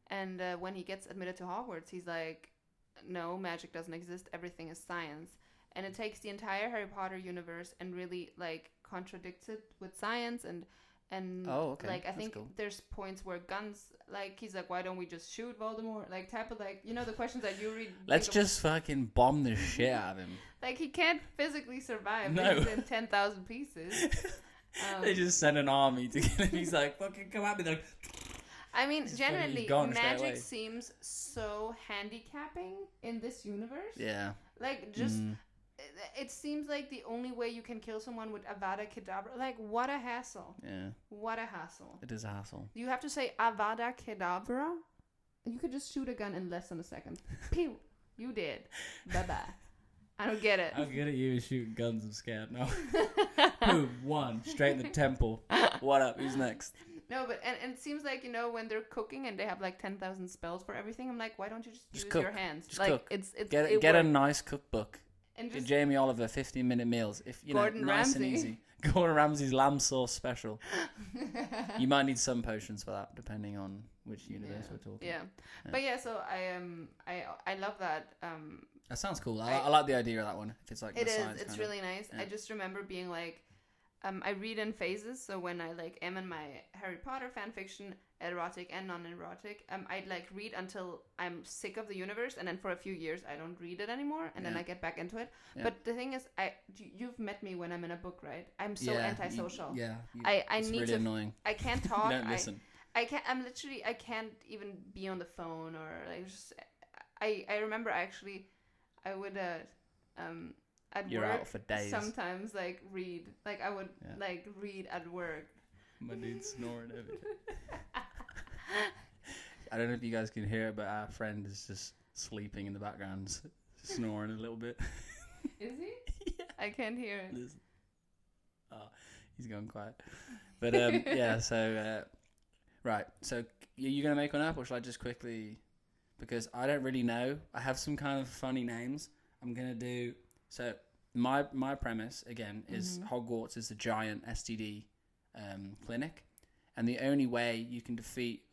And uh, when he gets admitted to Hogwarts, he's like, "No, magic doesn't exist. Everything is science." And it takes the entire Harry Potter universe and really like contradicts it with science and and
Oh, okay.
like I
That's
think
cool.
there's points where guns like he's like, "Why don't we just shoot Voldemort?" Like type of like you know the questions that you read.
Let's
think of-
just fucking bomb the shit out of him.
like he can't physically survive.
No.
He's in ten thousand pieces. Um,
they just send an army to kill him. He's like, fucking come at me. Like,
I mean,
It's funny,
generally,
he's gone straight
magic
away.
seems so handicapping in this universe.
yeah.
Like, just
Mm.
it- it seems like the only way you can kill someone with Avada Kedavra. Like, what a hassle!
Yeah.
What a hassle!
It is a hassle.
You have to say Avada Kedavra. You could just shoot a gun in less than a second. Pew! You did. Bye bye. I don't get it.
I'm good at you shooting guns. I'm scared now. Boom. One. Straight in the temple. What up? Who's next?
No, but and, and it seems like you know when they're cooking and they have like ten thousand spells for everything. I'm like, why don't you just,
Just
use
cook.
your hands?
Just
like
cook.
it's it's
Get,
it
get a
works.
nice cookbook.
and just
Jamie Oliver, 15 minute meals. If you
Gordon
know, nice and
Ramsay.
easy. Gordon Ramsay's lamb sauce special. you might need some potions for that, depending on which universe
Yeah.
we're talking.
Yeah.
Yeah.
But yeah, so I um I I love that. Um
That sounds cool. I,
I-
I like the idea of that one. If it's like
it
the
is
science
it's
kind of-
really nice. I
yeah.
just remember being like um, I read in phases. So when I like am in my Harry Potter fan fiction, erotic and non-erotic, um, I'd like read until I'm sick of the universe, and then for a few years I don't read it anymore, and then
Yeah.
I get back into it.
Yeah.
But the thing is, I you- you've met me when I'm in a book, right? I'm so
yeah, you-
antisocial.
yeah, you-
I I
it's
need
really
to.
annoying.
I can't
You
talk.
don't
I,
listen.
I can't. I'm literally. I can't even be on the phone or like. Just, I I remember actually, I would uh, um, at
You're
work
out for days.
sometimes like read. Like I would
Yeah.
like read at work.
My dude's snoring over here. I don't know if you guys can hear it, but our friend is just sleeping in the background, s- snoring a little bit.
Is he? I can't hear it.
Listen. Oh, he's gone quiet. But um, yeah, so uh, right. So are you gonna make one up, or shall I just quickly? Because I don't really know. I have some kind of funny names. I'm gonna do. So my my premise again is
Mhm.
Hogwarts is a giant STD um, clinic, and the only way you can defeat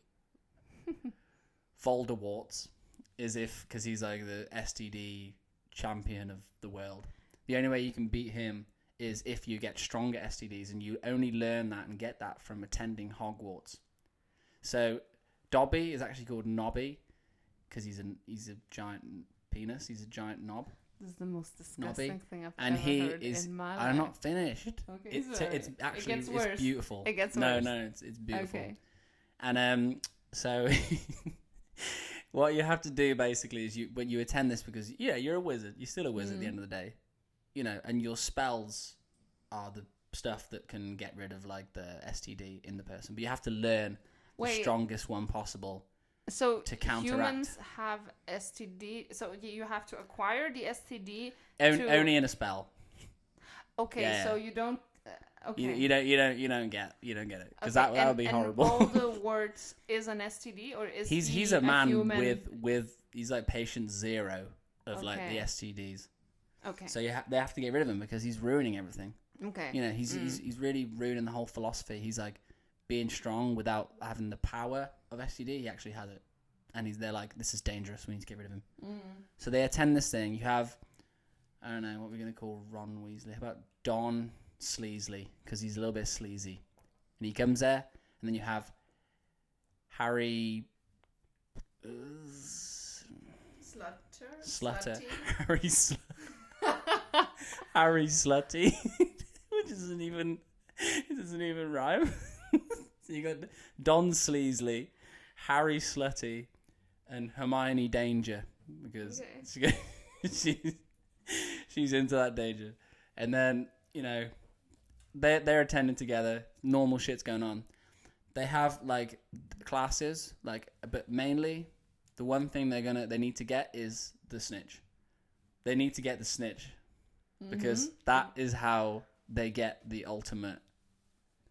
Voldemort is if because he's like the STD champion of the world. The only way you can beat him is if you get stronger STDs, and you only learn that and get that from attending Hogwarts. So Dobby is actually called Nobby because he's an he's a giant penis. He's a giant knob.
This is the most disgusting thing I've
And
ever
he
heard
is-
in my life.
I'm not finished.
Okay,
It's,
sorry.
it's actually
it gets worse.
it's beautiful.
It gets
no,
worse.
no, it's it's beautiful.
Okay.
And um, so what you have to do basically is you when you attend this because yeah, you're a wizard. You're still a wizard at the
Mm.
end of the day, you know. And your spells are the stuff that can get rid of like the STD in the person. But you have to learn the
Wait,
strongest one possible.
so
to counteract.
humans have STD. So y- you have to acquire the STD.
On,
To-
only in a spell.
Okay,
Yeah,
so
yeah.
you don't. Uh, okay.
You, you don't. You don't. You don't get. You don't get it because that
Okay,
that
and-
would be
and
horrible.
Voldemort is an STD or is
he's
he
he's a man
human?
with with he's like patient zero of like the
Okay.
STDs.
Okay.
So you ha- they have to get rid of him because he's ruining everything.
okay. Mm.
You know, he's he's he's really ruining the whole philosophy. He's like being strong without having the power of STD. He actually has it, and he's they're like, this is dangerous. We need to get rid of him.
Mm.
So they attend this thing. You have, I don't know, what we're going to call Ron Weasley. How about Don Sleasley? Because he's a little bit sleazy. And he comes there, and then you have Harry. uh,
Slutter.
Slutter. Harry, Sl- Harry Slutty. Which isn't even. It doesn't even rhyme. so you got Don Sleasley, Harry Slutty, and Hermione Danger. Because
Okay.
she go- she's she's into that danger. And then you know they they're attending together. Normal shit's going on. They have like classes, like but mainly the one thing they're gonna they need to get is the snitch. They need to get the snitch because
Mhm.
that is how they get the ultimate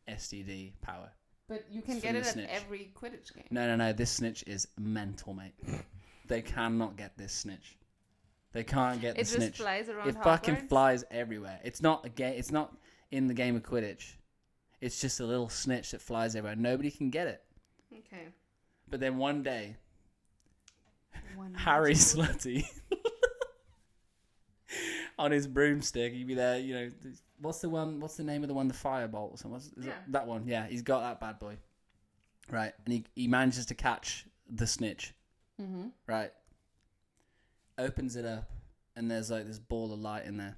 STD power.
But you can
it's
get
from
it
the
at
snitch.
every Quidditch game.
No, no, no. This snitch is mental, mate. they cannot get this snitch. They can't get
it
the
just
snitch.
flies around.
It fucking
Hogwarts.
flies everywhere. It's not a game. It's not in the game of Quidditch. It's just a little snitch that flies everywhere. Nobody can get it.
Okay.
But then one day,
One
Harry
magical-
Slutty on his broomstick. He'd be there, you know. th- What's the one? What's the name of the one? The firebolt or something? What's, is it-
Yeah.
that one. Yeah, he's got that bad boy. Right, and he he manages to catch the snitch.
Mhm.
Right, opens it up, and there's like this ball of light in there.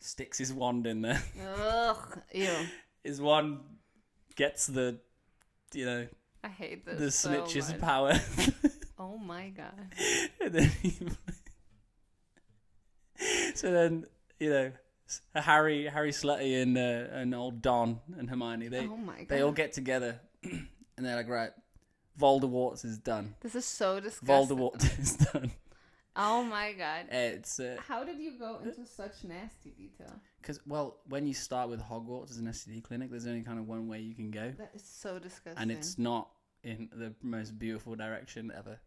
Sticks his wand in there.
Ugh. Ew.
His wand gets the, you know,
I hate this.
the
so
snitch's
much.
power.
Oh my god.
And then he- so then you know s- Harry, Harry Slutty, and uh, and old Don and Hermione they
oh my god.
they all get together and they're like right, Voldemort is done.
this is so disgusting.
Voldemort is done. Eh,
Oh my god.
It's uh, because
How did you go into such nasty detail?
well when you start with Hogwarts as an STD clinic, there's only kind of one way you can go,
That is so disgusting.
and it's not in the most beautiful direction ever.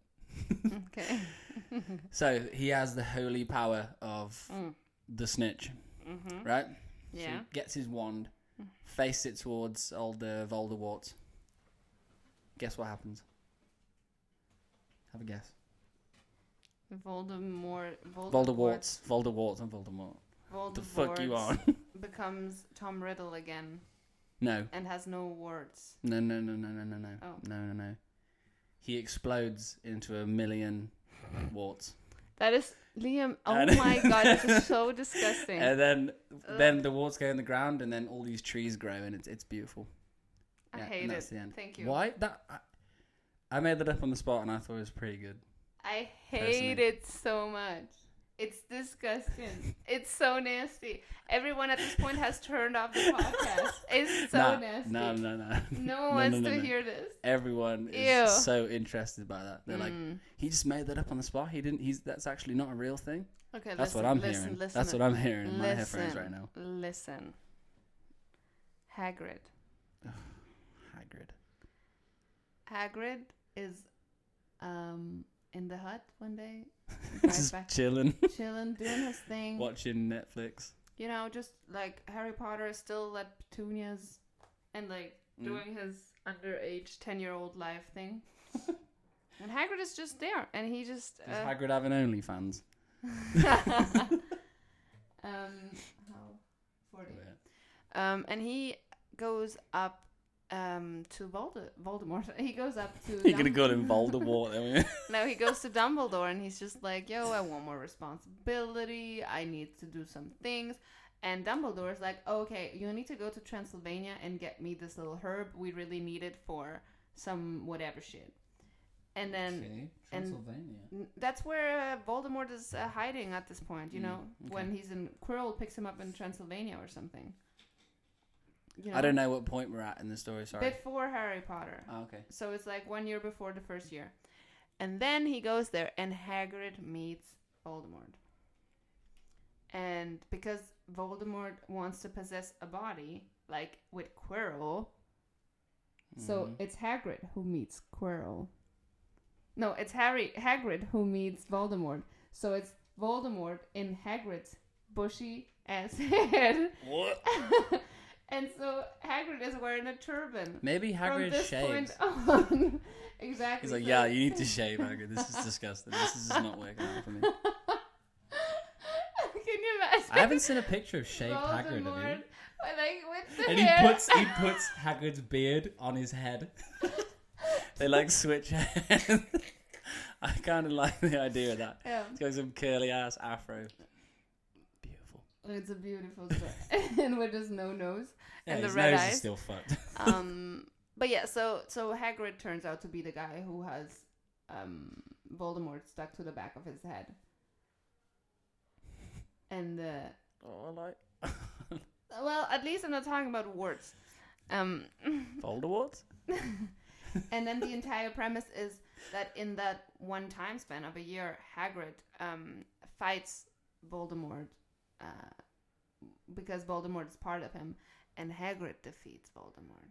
okay.
So he has the holy power of
Mm.
the snitch,
Mm-hmm.
right? So
Yeah.
he gets his wand, faces it towards old uh, Voldemort. Guess what happens? Have a guess.
Voldemort. Voldemort.
Voldemort. Voldemort and Voldemort.
Voldemort.
The fuck you on?
Becomes Tom Riddle again.
No,
and has no words.
no, no, no, no, no, no, no,
Oh.
no, no, no. He explodes into a million warts.
That is Liam. Oh
And-
my god, this is so disgusting.
And then, then the warts go in the ground, and then all these trees grow, and it's it's beautiful.
I
Yeah,
hate
and
it.
that's the end.
Thank you.
Why that? I, I made that up on the spot, and I thought it was pretty good.
I hate
Personally.
it so much. It's disgusting. it's so nasty. Everyone at this point has turned off the podcast. It's so
Nah,
nasty.
No, no, no.
No one wants
no,
to
no.
hear this.
Everyone
Ew.
is so interested by that. They're like,
Mm.
he just made that up on the spot. He didn't. He's that's actually not a real thing.
okay,
That's
listen,
what I'm
listen,
hearing.
Listen,
that's what I'm hearing in my
listen,
headphones right now.
Listen, Hagrid.
Hagrid.
Hagrid is um in the hut one day,
just
back.
chilling,
chilling, doing his thing.
watching Netflix.
you know, just like Harry Potter is still at Petunia's and like
Mm.
doing his underage 10 year old life thing. and Hagrid is just there and he just.
Does
Uh,
Hagrid have an OnlyFans?
um, how? 40.
Weird.
Um, and he goes up um, to Volde- Voldemort. He goes up to.
You're gonna
Dumbledore.
go to Voldemort, aren't you?
No, he goes to Dumbledore and he's just like, yo, I want more responsibility. I need to do some things. And Dumbledore's like, okay, you need to go to Transylvania and get me this little herb. We really need it for some whatever shit. And then
Okay,
and-
Transylvania.
n- that's where uh, Voldemort is uh, hiding at this point, you
Mm,
know,
okay.
when he's in Quirrell picks him up in Transylvania or something. You
I don't know what point we're at in the story. Sorry.
Before Harry Potter.
Oh, okay.
So it's like one year before the first year. And then he goes there and Hagrid meets Voldemort. And because Voldemort wants to possess a body, like with Quirrell, so
Mhm.
it's Hagrid who meets Quirrell. No, it's Harry Hagrid who meets Voldemort. So it's Voldemort in Hagrid's bushy ass head.
what?
and so Hagrid is wearing a turban
Maybe
from
Hagrid
this
shaves.
point on. exactly.
He's like,
so-
yeah, you need to shave, Hagrid. This is disgusting. This is just not working out for me.
Can you imagine?
I haven't seen a picture of shaved Hagrid. Have you?
Voldemort, Like with the
And he
hair.
puts he puts Hagrid's beard on his head. they like switch hands. I kind of like the idea of that.
Yeah.
He's got some curly ass afro. Beautiful.
Oh, It's a beautiful story. and with his no nose.
Yeah,
And the
his
red
nose
eyes.
is still fucked.
Um but yeah, so so Hagrid turns out to be the guy who has um Voldemort stuck to the back of his head. And uh
oh, like
well, at least I'm not talking about words. Um
Voldemort.
and then the entire premise is that in that one time span of a year, Hagrid um, fights Voldemort uh, because Voldemort is part of him, and Hagrid defeats Voldemort.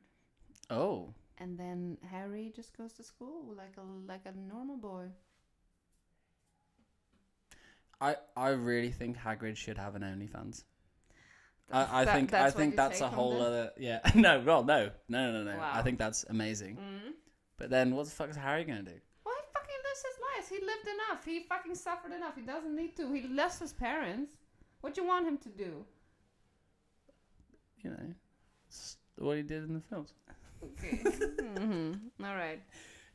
Oh,
And then Harry just goes to school like a like a normal boy.
I I really think Hagrid should have an OnlyFans. I, I
That-
think I
that's what
think
you
that's
take
a
from
whole
this?
other yeah. no, well, no, no, no, no.
Wow.
I think that's amazing.
Mhm.
But then, what the fuck is Harry gonna do?
Well, he fucking lives his life. He lived enough. He fucking suffered enough. He doesn't need to. He loves his parents. What do you want him to do?
You know, it's what he did in the films.
Okay. mm-hmm. All right.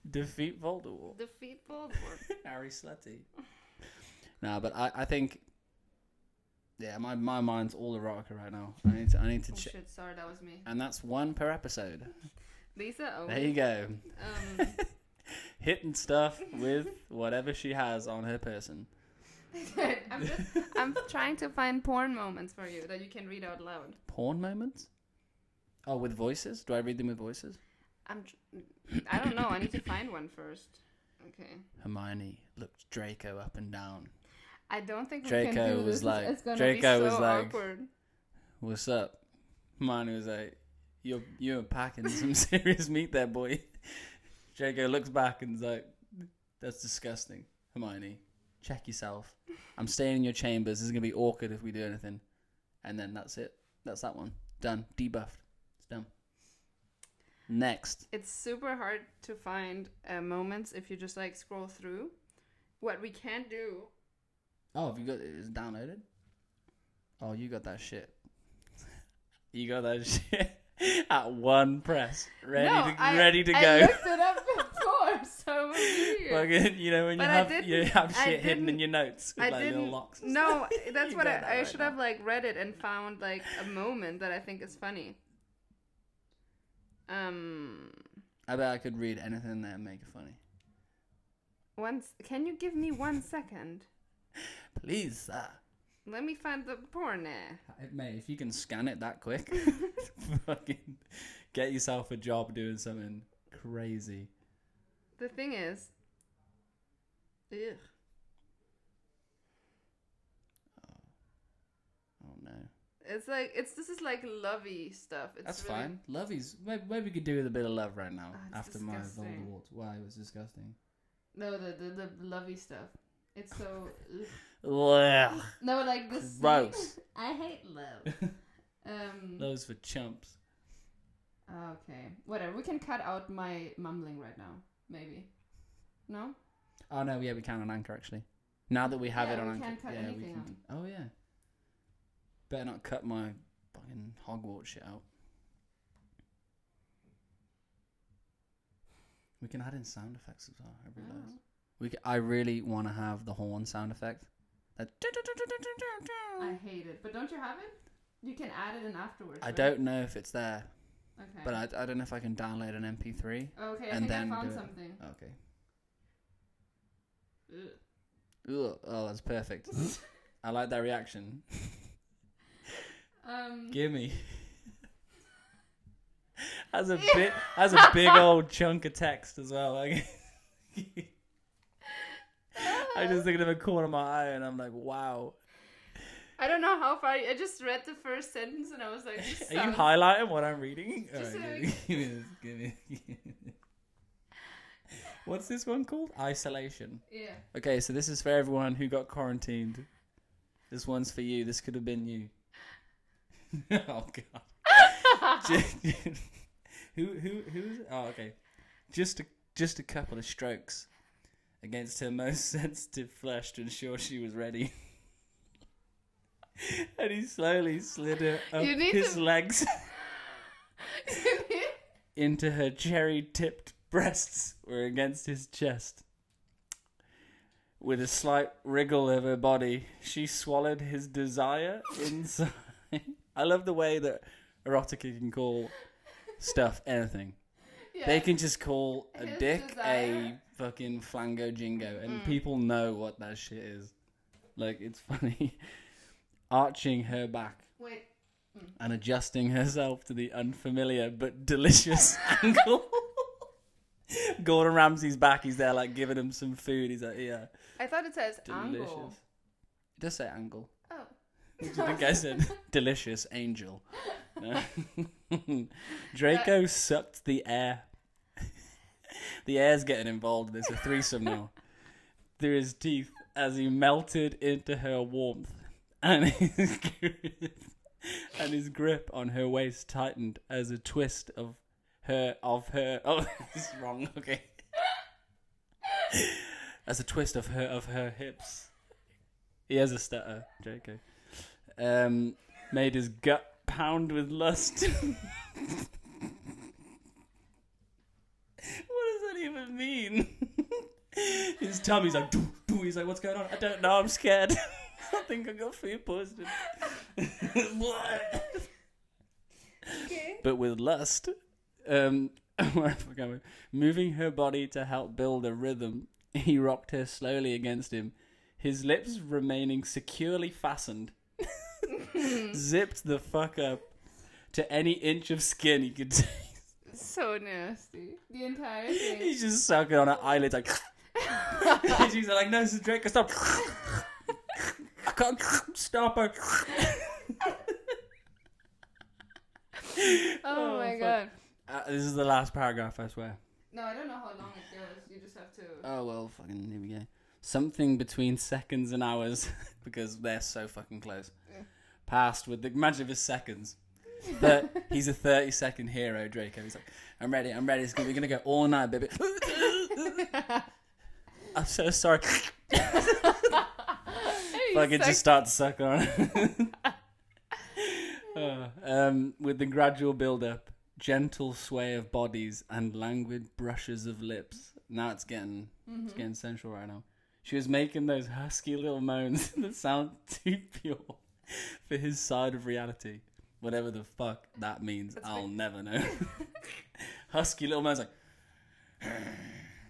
Defeat Voldemort.
Defeat Voldemort.
Harry Slutty. no, but I, I think. Yeah, my, my mind's all erotica right now. I need to I need to
Oh,
check,
shit, sorry, that was me.
and that's one per episode.
Lisa, oh,
There you go,
um,
hitting stuff with whatever she has on her person.
I'm just, I'm trying to find porn moments for you that you can read out loud.
Porn moments. Oh, with voices? Do I read them with voices?
I'm, tr- I don't know. I need to find one first. Okay.
Hermione looked Draco up and down.
I don't think we can
Draco
do
was
this.
like-
it's gonna
Draco
be so
was like-
awkward.
What's up? Hermione was like, "You're you're packing some serious meat there, boy." Draco looks back and's like, "That's disgusting." Hermione, check yourself. I'm staying in your chambers. This is gonna be awkward if we do anything. And then that's it. That's that one. Done. Debuffed. It's done. Next.
It's super hard to find uh, moments if you just like scroll through. What we can do.
Oh, have you got it? Is downloaded? Oh, you got that shit. You got that shit. At one press, ready
no,
to
I,
ready to
I
go.
looked it up before, so it was weird.
Fucking, you know when you
But I
have you
didn't-
have
I
shit hidden in
didn't-
your notes with
I
like
didn't.
little locks. and stuff.
No, eh, that's
You
what
got
I,
that
I
right
should
now.
have like read it and found like a moment that I think is funny. Um,
I bet I could read anything there and make it funny.
once can you give me one second?
Please, sir.
Let me find the porn eh? there.
Mate, if you can scan it that quick, fucking get yourself a job doing something crazy.
The thing is, ugh.
Oh no,
It's like it's this is like lovey stuff. It's
that's
really-
fine. Love is maybe, maybe we could do with a bit of love right now
Ah, it's
after my
disgusting.
Voldemort. Why it was disgusting.
No, the, the the lovey stuff. It's so ugh.
Ugh.
no like this.
Gross.
I hate love. Um.
Those for chumps.
Okay. Whatever. We can cut out my mumbling right now. Maybe. No.
Oh no, yeah, we can on Anchor actually. Now that we have
Yeah,
it on
we
Anchor,
can cut
yeah, we
anything
can. Oh yeah. Better not cut my fucking Hogwarts shit out. We can add in sound effects as well. I realize.
Oh.
We c- I really want to have the horn sound effect. That
I hate it. But don't you have it? You can add it in afterwards.
I
right?
don't know if it's there,
Okay.
but I, I don't know if I can download an MP3.
okay. I
and
think
then do
I found
it.
something.
Okay.
Ugh.
Ugh, oh, that's perfect. I like that reaction.
Um.
Gimme. That's a bit. That's a big old chunk of text as well. Like, I just look at him in the corner of my eye and I'm like, wow.
I don't know how far. I just read the first sentence and I was like, this
Are you
sounds-
highlighting what I'm reading?
Just
Alright,
so
give, me, give me this. Give me this. What's this one called? Isolation.
Yeah.
Okay, so this is for everyone who got quarantined. This one's for you. This could have been you. oh god. Ju- who who who's oh okay. Just a just a couple of strokes against her most sensitive flesh to ensure she was ready. and he slowly slid her up
You need
his
to-
legs into her cherry tipped breasts were against his chest. With a slight wriggle of her body, she swallowed his desire inside. I love the way that Erotica can call stuff anything.
yeah.
They can just call a
His
dick
desire. Mm.
a fucking flango jingo, and people know what that shit is. Like, it's funny. Arching her back
Wait.
and adjusting herself to the unfamiliar but delicious angle. Gordon Ramsay's back. He's there, like giving him some food. He's like, yeah,
I thought it says
delicious.
angle.
It does say angle.
Oh.
Which I think I said delicious angel. No. Draco sucked the air. the air's getting involved. There's a threesome now. Through his teeth as he melted into her warmth, and his grip, and his grip on her waist tightened as a twist of her of her. Oh, it's wrong. Okay. As a twist of her of her hips. He has a stutter, Draco um, made his gut pound with lust. what does that even mean? his tummy's like, doo, doo. he's like, what's going on? I don't know, I'm scared. I think I got food poisoning. What?
Okay.
but with lust, um, where am I going? moving her body to help build a rhythm, he rocked her slowly against him, his lips remaining securely fastened zipped the fuck up to any inch of skin he could take.
So nasty. The entire thing.
He's just sucking on her eyelids like. and she's like, no, this is Draco, stop. I can't stop her.
Oh, my
fuck.
god.
Uh, this is the last paragraph, I swear.
No, I don't know how long it goes. You just have to.
Oh well, fucking here we go. Something between seconds and hours because they're so fucking close.
Yeah.
Passed with the magic of his seconds. But he's a thirty-second hero, Draco. He's like, I'm ready, I'm ready. It's gonna, we're gonna go all night, baby. I'm so sorry.
Hey,
Fucking
sex-
just start to suck on. Uh, no. Um, with the gradual build-up, gentle sway of bodies, and languid brushes of lips. Now it's getting it's getting sensual right now. She was making those husky little moans that sound too pure for his side of reality. Whatever the fuck that means,
That's
I'll never know. husky little moans like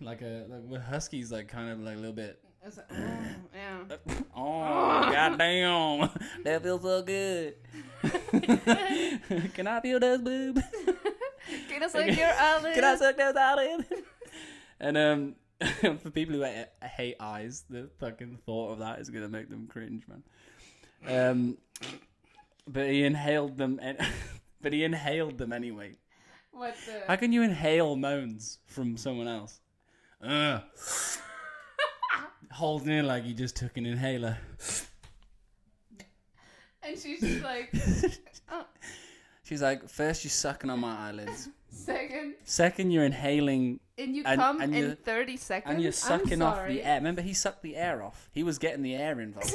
like a like with huskies like kind of like a little bit
It's like, oh, yeah.
Oh, goddamn. That feels so good. Can I feel those boobs?
Can I suck your eyelid?
Can I suck those eyelids? and um, for people who ha- hate eyes, the fucking thought of that is going to make them cringe, man. Um, but he inhaled them. And but he inhaled them anyway.
What the?
How can you inhale moans from someone else? Ugh. Holding in like you just took an inhaler.
And she's just like, oh,
She's like, first you're sucking on my eyelids.
second,
Second, you're inhaling
and you
And-
come
and
in
you're-
30 seconds.
and you're
I'm
sucking off the
sorry.
air. Remember, he sucked the air off. He was getting the air involved.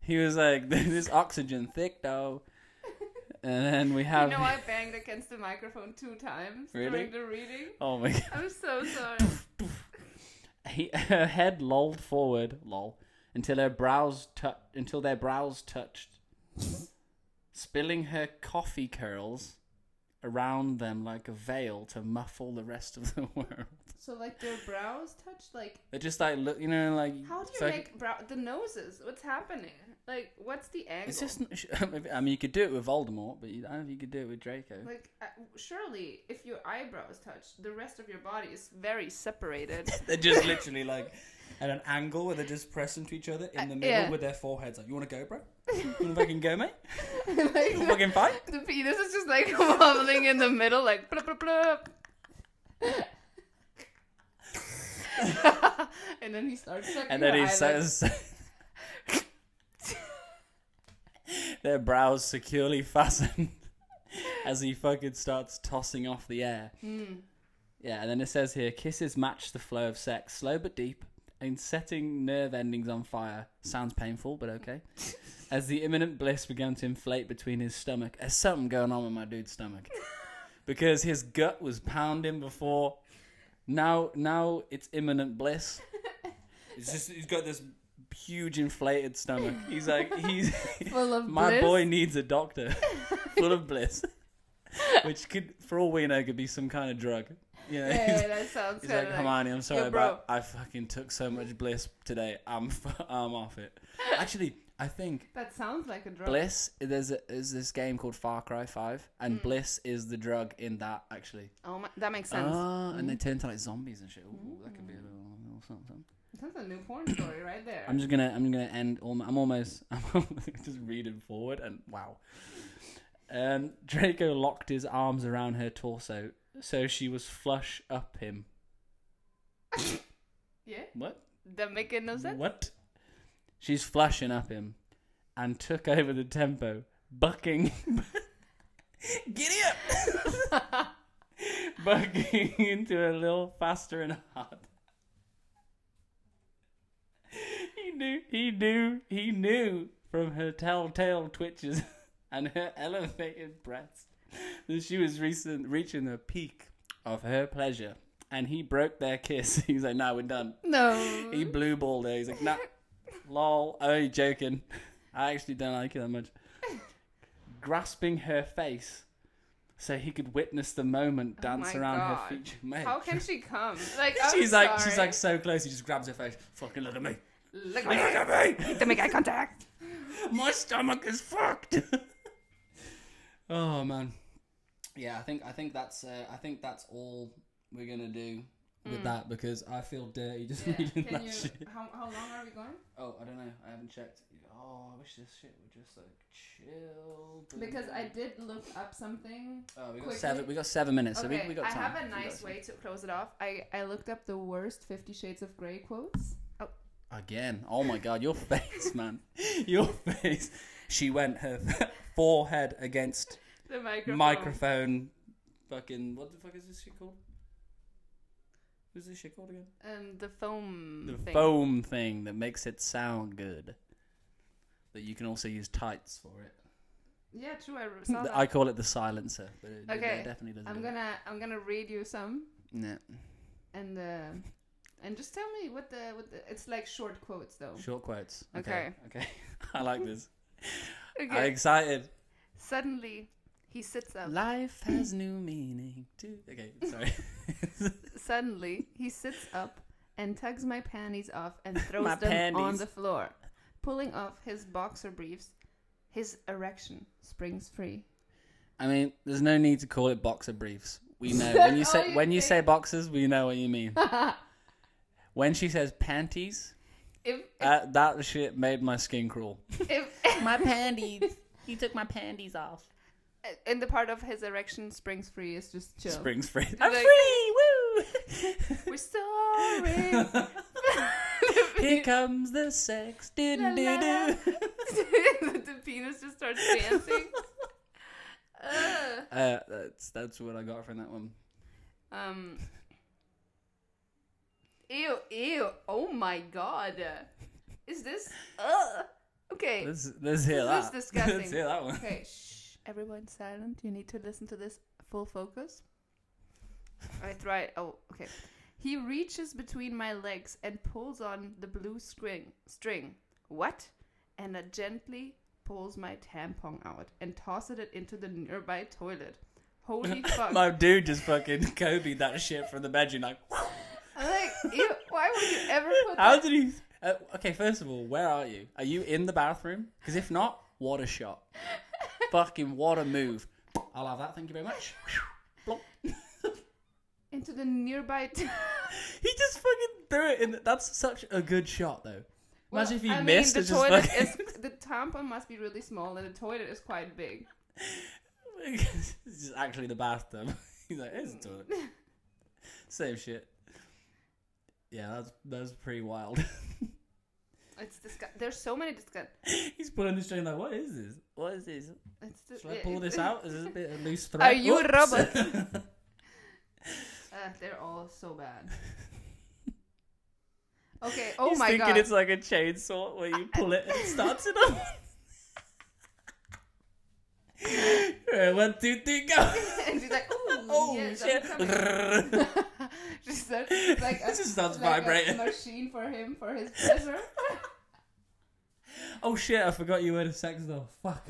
he was like, this oxygen thick though. And then we
You
have.
know, I banged against the microphone two times
Really?
during the reading.
oh my god.
I'm so sorry.
He, her head lolled forward, lol, until her brows tu- until their brows touched, spilling her coffee curls around them like a veil to muffle the rest of the world.
so, like, their brows touched? Like,
They're just like look, you know, like
how do you
so-
make brow? The noses? What's happening? Like, what's the angle?
It's just. I mean, you could do it with Voldemort, but you, I don't know if you could do it with Draco.
Like, uh, surely, if your eyebrows touch, the rest of your body is very separated.
They're just literally like at an angle where they're just pressing to each other in the
Uh,
middle
yeah.
with their foreheads. Like, you want to go, bro? You want to fucking go, mate?
like,
You wanna fucking fight?
the penis is just like wobbling in the middle, like blup, blup, blup. and then he starts sucking
And then
your
he
eyelid.
says. their brows securely fastened as he fucking starts tossing off the air.
Hmm.
Yeah, and then it says here kisses match the flow of sex, slow but deep, and setting nerve endings on fire. Sounds painful, but okay. as the imminent bliss began to inflate between his stomach. There's something going on with my dude's stomach. because his gut was pounding before. Now now it's imminent bliss. It's just he's got this huge inflated stomach. He's like he's
Full of
my
bliss.
boy needs a doctor. Full of bliss. Which could for all we know could be some kind of drug. You know, he's-
Yeah, that sounds
He's
kinda
like, Hermione, I'm sorry,
"Yo, bro."
but I fucking took so much bliss today. I'm f- I'm off it. Actually, I think
That sounds like a drug.
bliss there's a, is this game called Far Cry Five, and bliss is the drug in that actually.
Oh my, that Hmm. makes sense. Hmm.
Ah, and they turn to like zombies and shit. Ooh, that could be a little, little something. something.
That's a new porn story right there.
I'm just gonna I'm gonna end. Almost, I'm almost I'm just reading forward and wow. Um, Draco locked his arms around her torso, so she was flush up him.
yeah,
What?
that making no sense.
What? She's flashing up him and took over the tempo, bucking. Giddy up! bucking into a little faster and hard. He knew, he knew, he knew from her telltale twitches and her elevated breaths that she was recent, reaching the peak of her pleasure. And he broke their kiss. He's like, nah, we're done.
No.
He blue balled her. He's like, nah, lol. I'm only joking. I actually don't like you that much. Grasping her face so he could witness the moment dance
Oh my
around
God.
her feature. Mate.
How can she come? Like, I'm
she's
sorry.
like she's like so close. He just grabs her face. Fucking look at me.
Look
Look
at
at me.
me. to make eye contact.
My stomach is fucked. oh man. Yeah, I think I think that's uh, I think that's all we're gonna do with that because I feel dirty just reading
Hmm. Can
that
you?
shit.
How, how long are we going?
Oh, I don't know. I haven't checked. Oh, I wish this shit would just like chill. boom,
Because I
boom.
did look up something.
Oh, we got
quickly-
seven. We got seven minutes.
okay,
so we, we got
I
time.
have a
We got
nice
time.
way to close it off. I, I looked up the worst Fifty Shades of Grey quotes. Oh,
Again. Oh my god, your face, man. Your face. She went her forehead against
the microphone.
microphone. Fucking what the fuck is this shit called? What's this shit called again?
Um, the foam.
The
thing.
foam thing that makes it sound good. That you can also use tights for it.
Yeah, true. I re- saw that.
I call it the silencer, but it, it
Okay,
definitely doesn't.
I'm
do it.
gonna I'm gonna read you some
No.
and uh, and just tell me what the what the it's like short quotes though.
Short quotes. Okay. okay. I like this. I'm
Okay. Oh.
excited.
Suddenly he sits up.
Life has new meaning too. Okay, sorry.
Suddenly he sits up and tugs my panties off and throws
My
them on
panties.
the floor, pulling off his boxer briefs. His erection springs free.
I mean, there's no need to call it boxer briefs. We know when you
Oh,
say
you
when you
think-
say boxers, we know what you mean. when she says panties,
If
uh, that shit made my skin crawl.
if
my panties. You took my panties off.
and the part of his erection springs free is just chill.
Springs free. I'm
Like-
free.
We're sorry.
Woo. Here comes the sex. Do
La,
do
la, la.
do.
the penis just starts dancing. Ugh.
Uh, that's that's what I got from that one.
um. Ew, ew. Oh my god. Is this. Ugh. Okay.
Let's let's hear
This
that.
is disgusting.
Let's hear that one.
Okay, shh. Everyone silent. You need to listen to this full focus. I try. Oh, okay. He reaches between my legs and pulls on the blue string. String. What? And uh, gently pulls my tampon out and tosses it into the nearby toilet. Holy fuck!
My dude just fucking Kobe that shit from the bedroom. Like,
I'm like, ew, why would you ever put
how
that?
did he? Uh, okay, first of all, where are you? Are you in the bathroom? Because if not, what a shot! fucking what a move! I'll have that. Thank you very much. Plop.
into the nearby? T-
He just fucking threw it in. That's such a good shot, though. Imagine if he
I mean,
missed.
the
it's just
toilet
fucking.
is the tampon must be really small and the toilet is quite big.
this is actually the bathtub. He's like, here's the toilet. Same shit. Yeah, that's that's pretty wild.
It's disgust. There's so many disgust.
He's pulling the string like, what is this? What is this?
It's just,
Should I pull this out? Is this a bit of loose thread?
Are you a
Oops.
Uh, they're all so bad. Okay. Oh
He's
my
thinking
god.
it's like a chainsaw where you pull it and it starts it up. Alright, one, two, three, go.
and she's like, Ooh,
Oh
yes,
shit!
I'm coming."
it
she's like, it's like a,
just starts
like a
vibrating.
machine for him for his pleasure.
Oh shit! I forgot you were a sex doll. Fuck.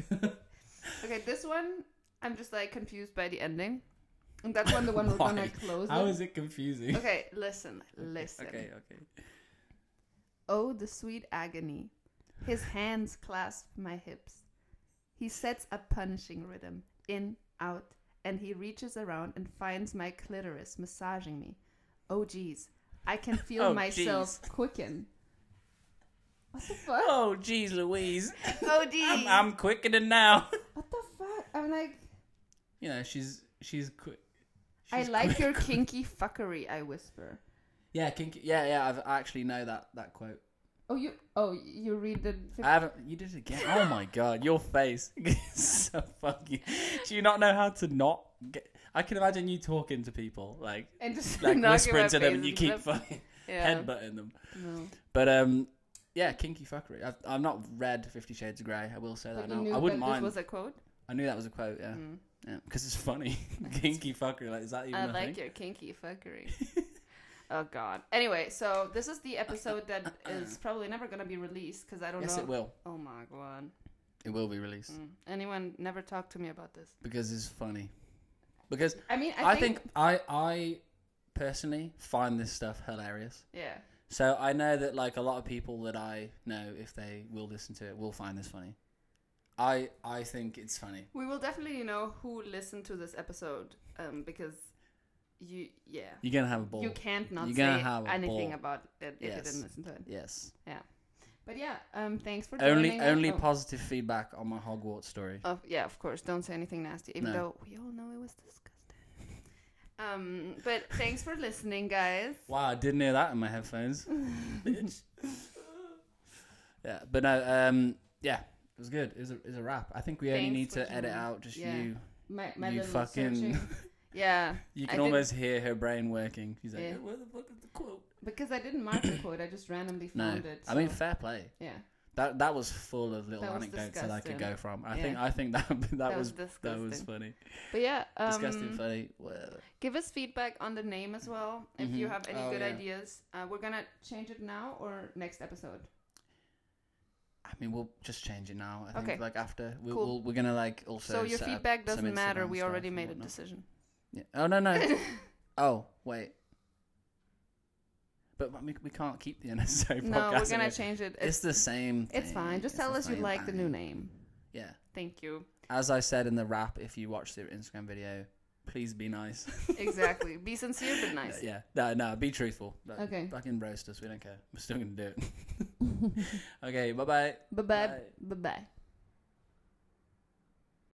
okay, this one I'm just like confused by the ending, and that's when the one we're
Why?
gonna close.
How
with.
is it confusing?
Okay, listen, listen.
Okay, okay.
Oh, the sweet agony. His hands clasp my hips. He sets a punishing rhythm in, out, and he reaches around and finds my clitoris massaging me. Oh, geez. I can feel
Oh,
myself quicken. What the fuck?
Oh, jeez, Louise.
Oh, geez.
I'm, I'm quickening now.
What the fuck? I'm like,
You know, she's she's quick.
I like your kinky fuckery, I whisper.
Yeah, kinky. Yeah, yeah. I've, I actually know that that quote.
Oh, you, oh, you read the.
I haven't. You did it again. Oh my god, your face is so funky. Do you not know how to not get? I can imagine you talking to people like
and just
like
knock in my
whispering to them,
face
and you
and
keep
stuff.
fucking
yeah.
headbutting them.
No.
But um, yeah, kinky fuckery. I've, I've not read Fifty Shades of Grey. I will say
But
that now.
you knew
I wouldn't
that
mind.
This was a quote.
I knew that was a quote. Yeah,
Mm.
yeah, because it's funny. kinky fuckery. Like, is that even
I
a thing?
like your kinky fuckery. oh God. Anyway, so this is the episode that is probably never gonna be released because I don't
Yes,
know.
it will.
Oh my God.
It will be released
Mm. Anyone never talked to me about this.
because it's funny. Because
I mean, I,
I think I I personally find this stuff hilarious.
yeah.
So I know that like a lot of people that I know, if they will listen to it, will find this funny. I I think it's funny.
We will definitely know who listened to this episode, um, because you, yeah,
You're gonna have a ball.
you can't not
You're
say
gonna have a
anything
ball.
about it if you
Yes.
didn't listen to it.
Yes.
But yeah, um, thanks for
Only
joining us.
only
Oh.
positive feedback on my Hogwarts story.
Of yeah, of course. Don't say anything nasty, even
No.
though we all know it was disgusting. Um, but thanks for listening, guys.
Wow, I didn't hear that in my headphones. Bitch. Yeah, but no. Um. Yeah, it was good. It was a, it was a wrap. I think we only
Thanks
need
for
to edit
joining.
out just
Yeah.
you.
My my
You
little
fucking-
searching. Yeah,
You
I
can
did-
almost hear her brain working. She's like,
Yeah.
"Where the fuck is the quote?"
because I didn't mark the quote. I just randomly
No,
found it.
I mean
so-
fair play.
yeah.
That that was full of little
That was
anecdotes that I could
disgusting.
go from. I
Yeah.
think I think that that,
That, was
was, that
disgusting.
was funny.
but yeah, um,
disgusting funny. Well,
Give us feedback on the name as well. If you
Mhm.
have any
Oh,
good
yeah.
ideas, uh, we're gonna change it now or next episode.
I mean, we'll just change it now. I think
Okay.
like after we'll,
Cool.
we'll we're gonna like also.
So your
set up
feedback
some
doesn't matter.
Instagram
We
stuff
already
and
made a
whatnot.
decision.
Yeah. Oh no no. oh wait. But we, we can't keep the NSO podcast.
no, we're
anyway.
gonna change it.
It's
It's,
the same.
it's
thing.
fine. Just
It's
tell
the
us you
same
like the new
thing.
name.
Yeah.
Thank you.
As I said in the wrap, if you watch the Instagram video, please be nice.
exactly. Be sincere but nice.
Yeah, no, no, be truthful. Like,
Okay.
Fucking roast us. We don't care. We're still gonna do it. okay, bye bye.
Bye bye. Bye bye.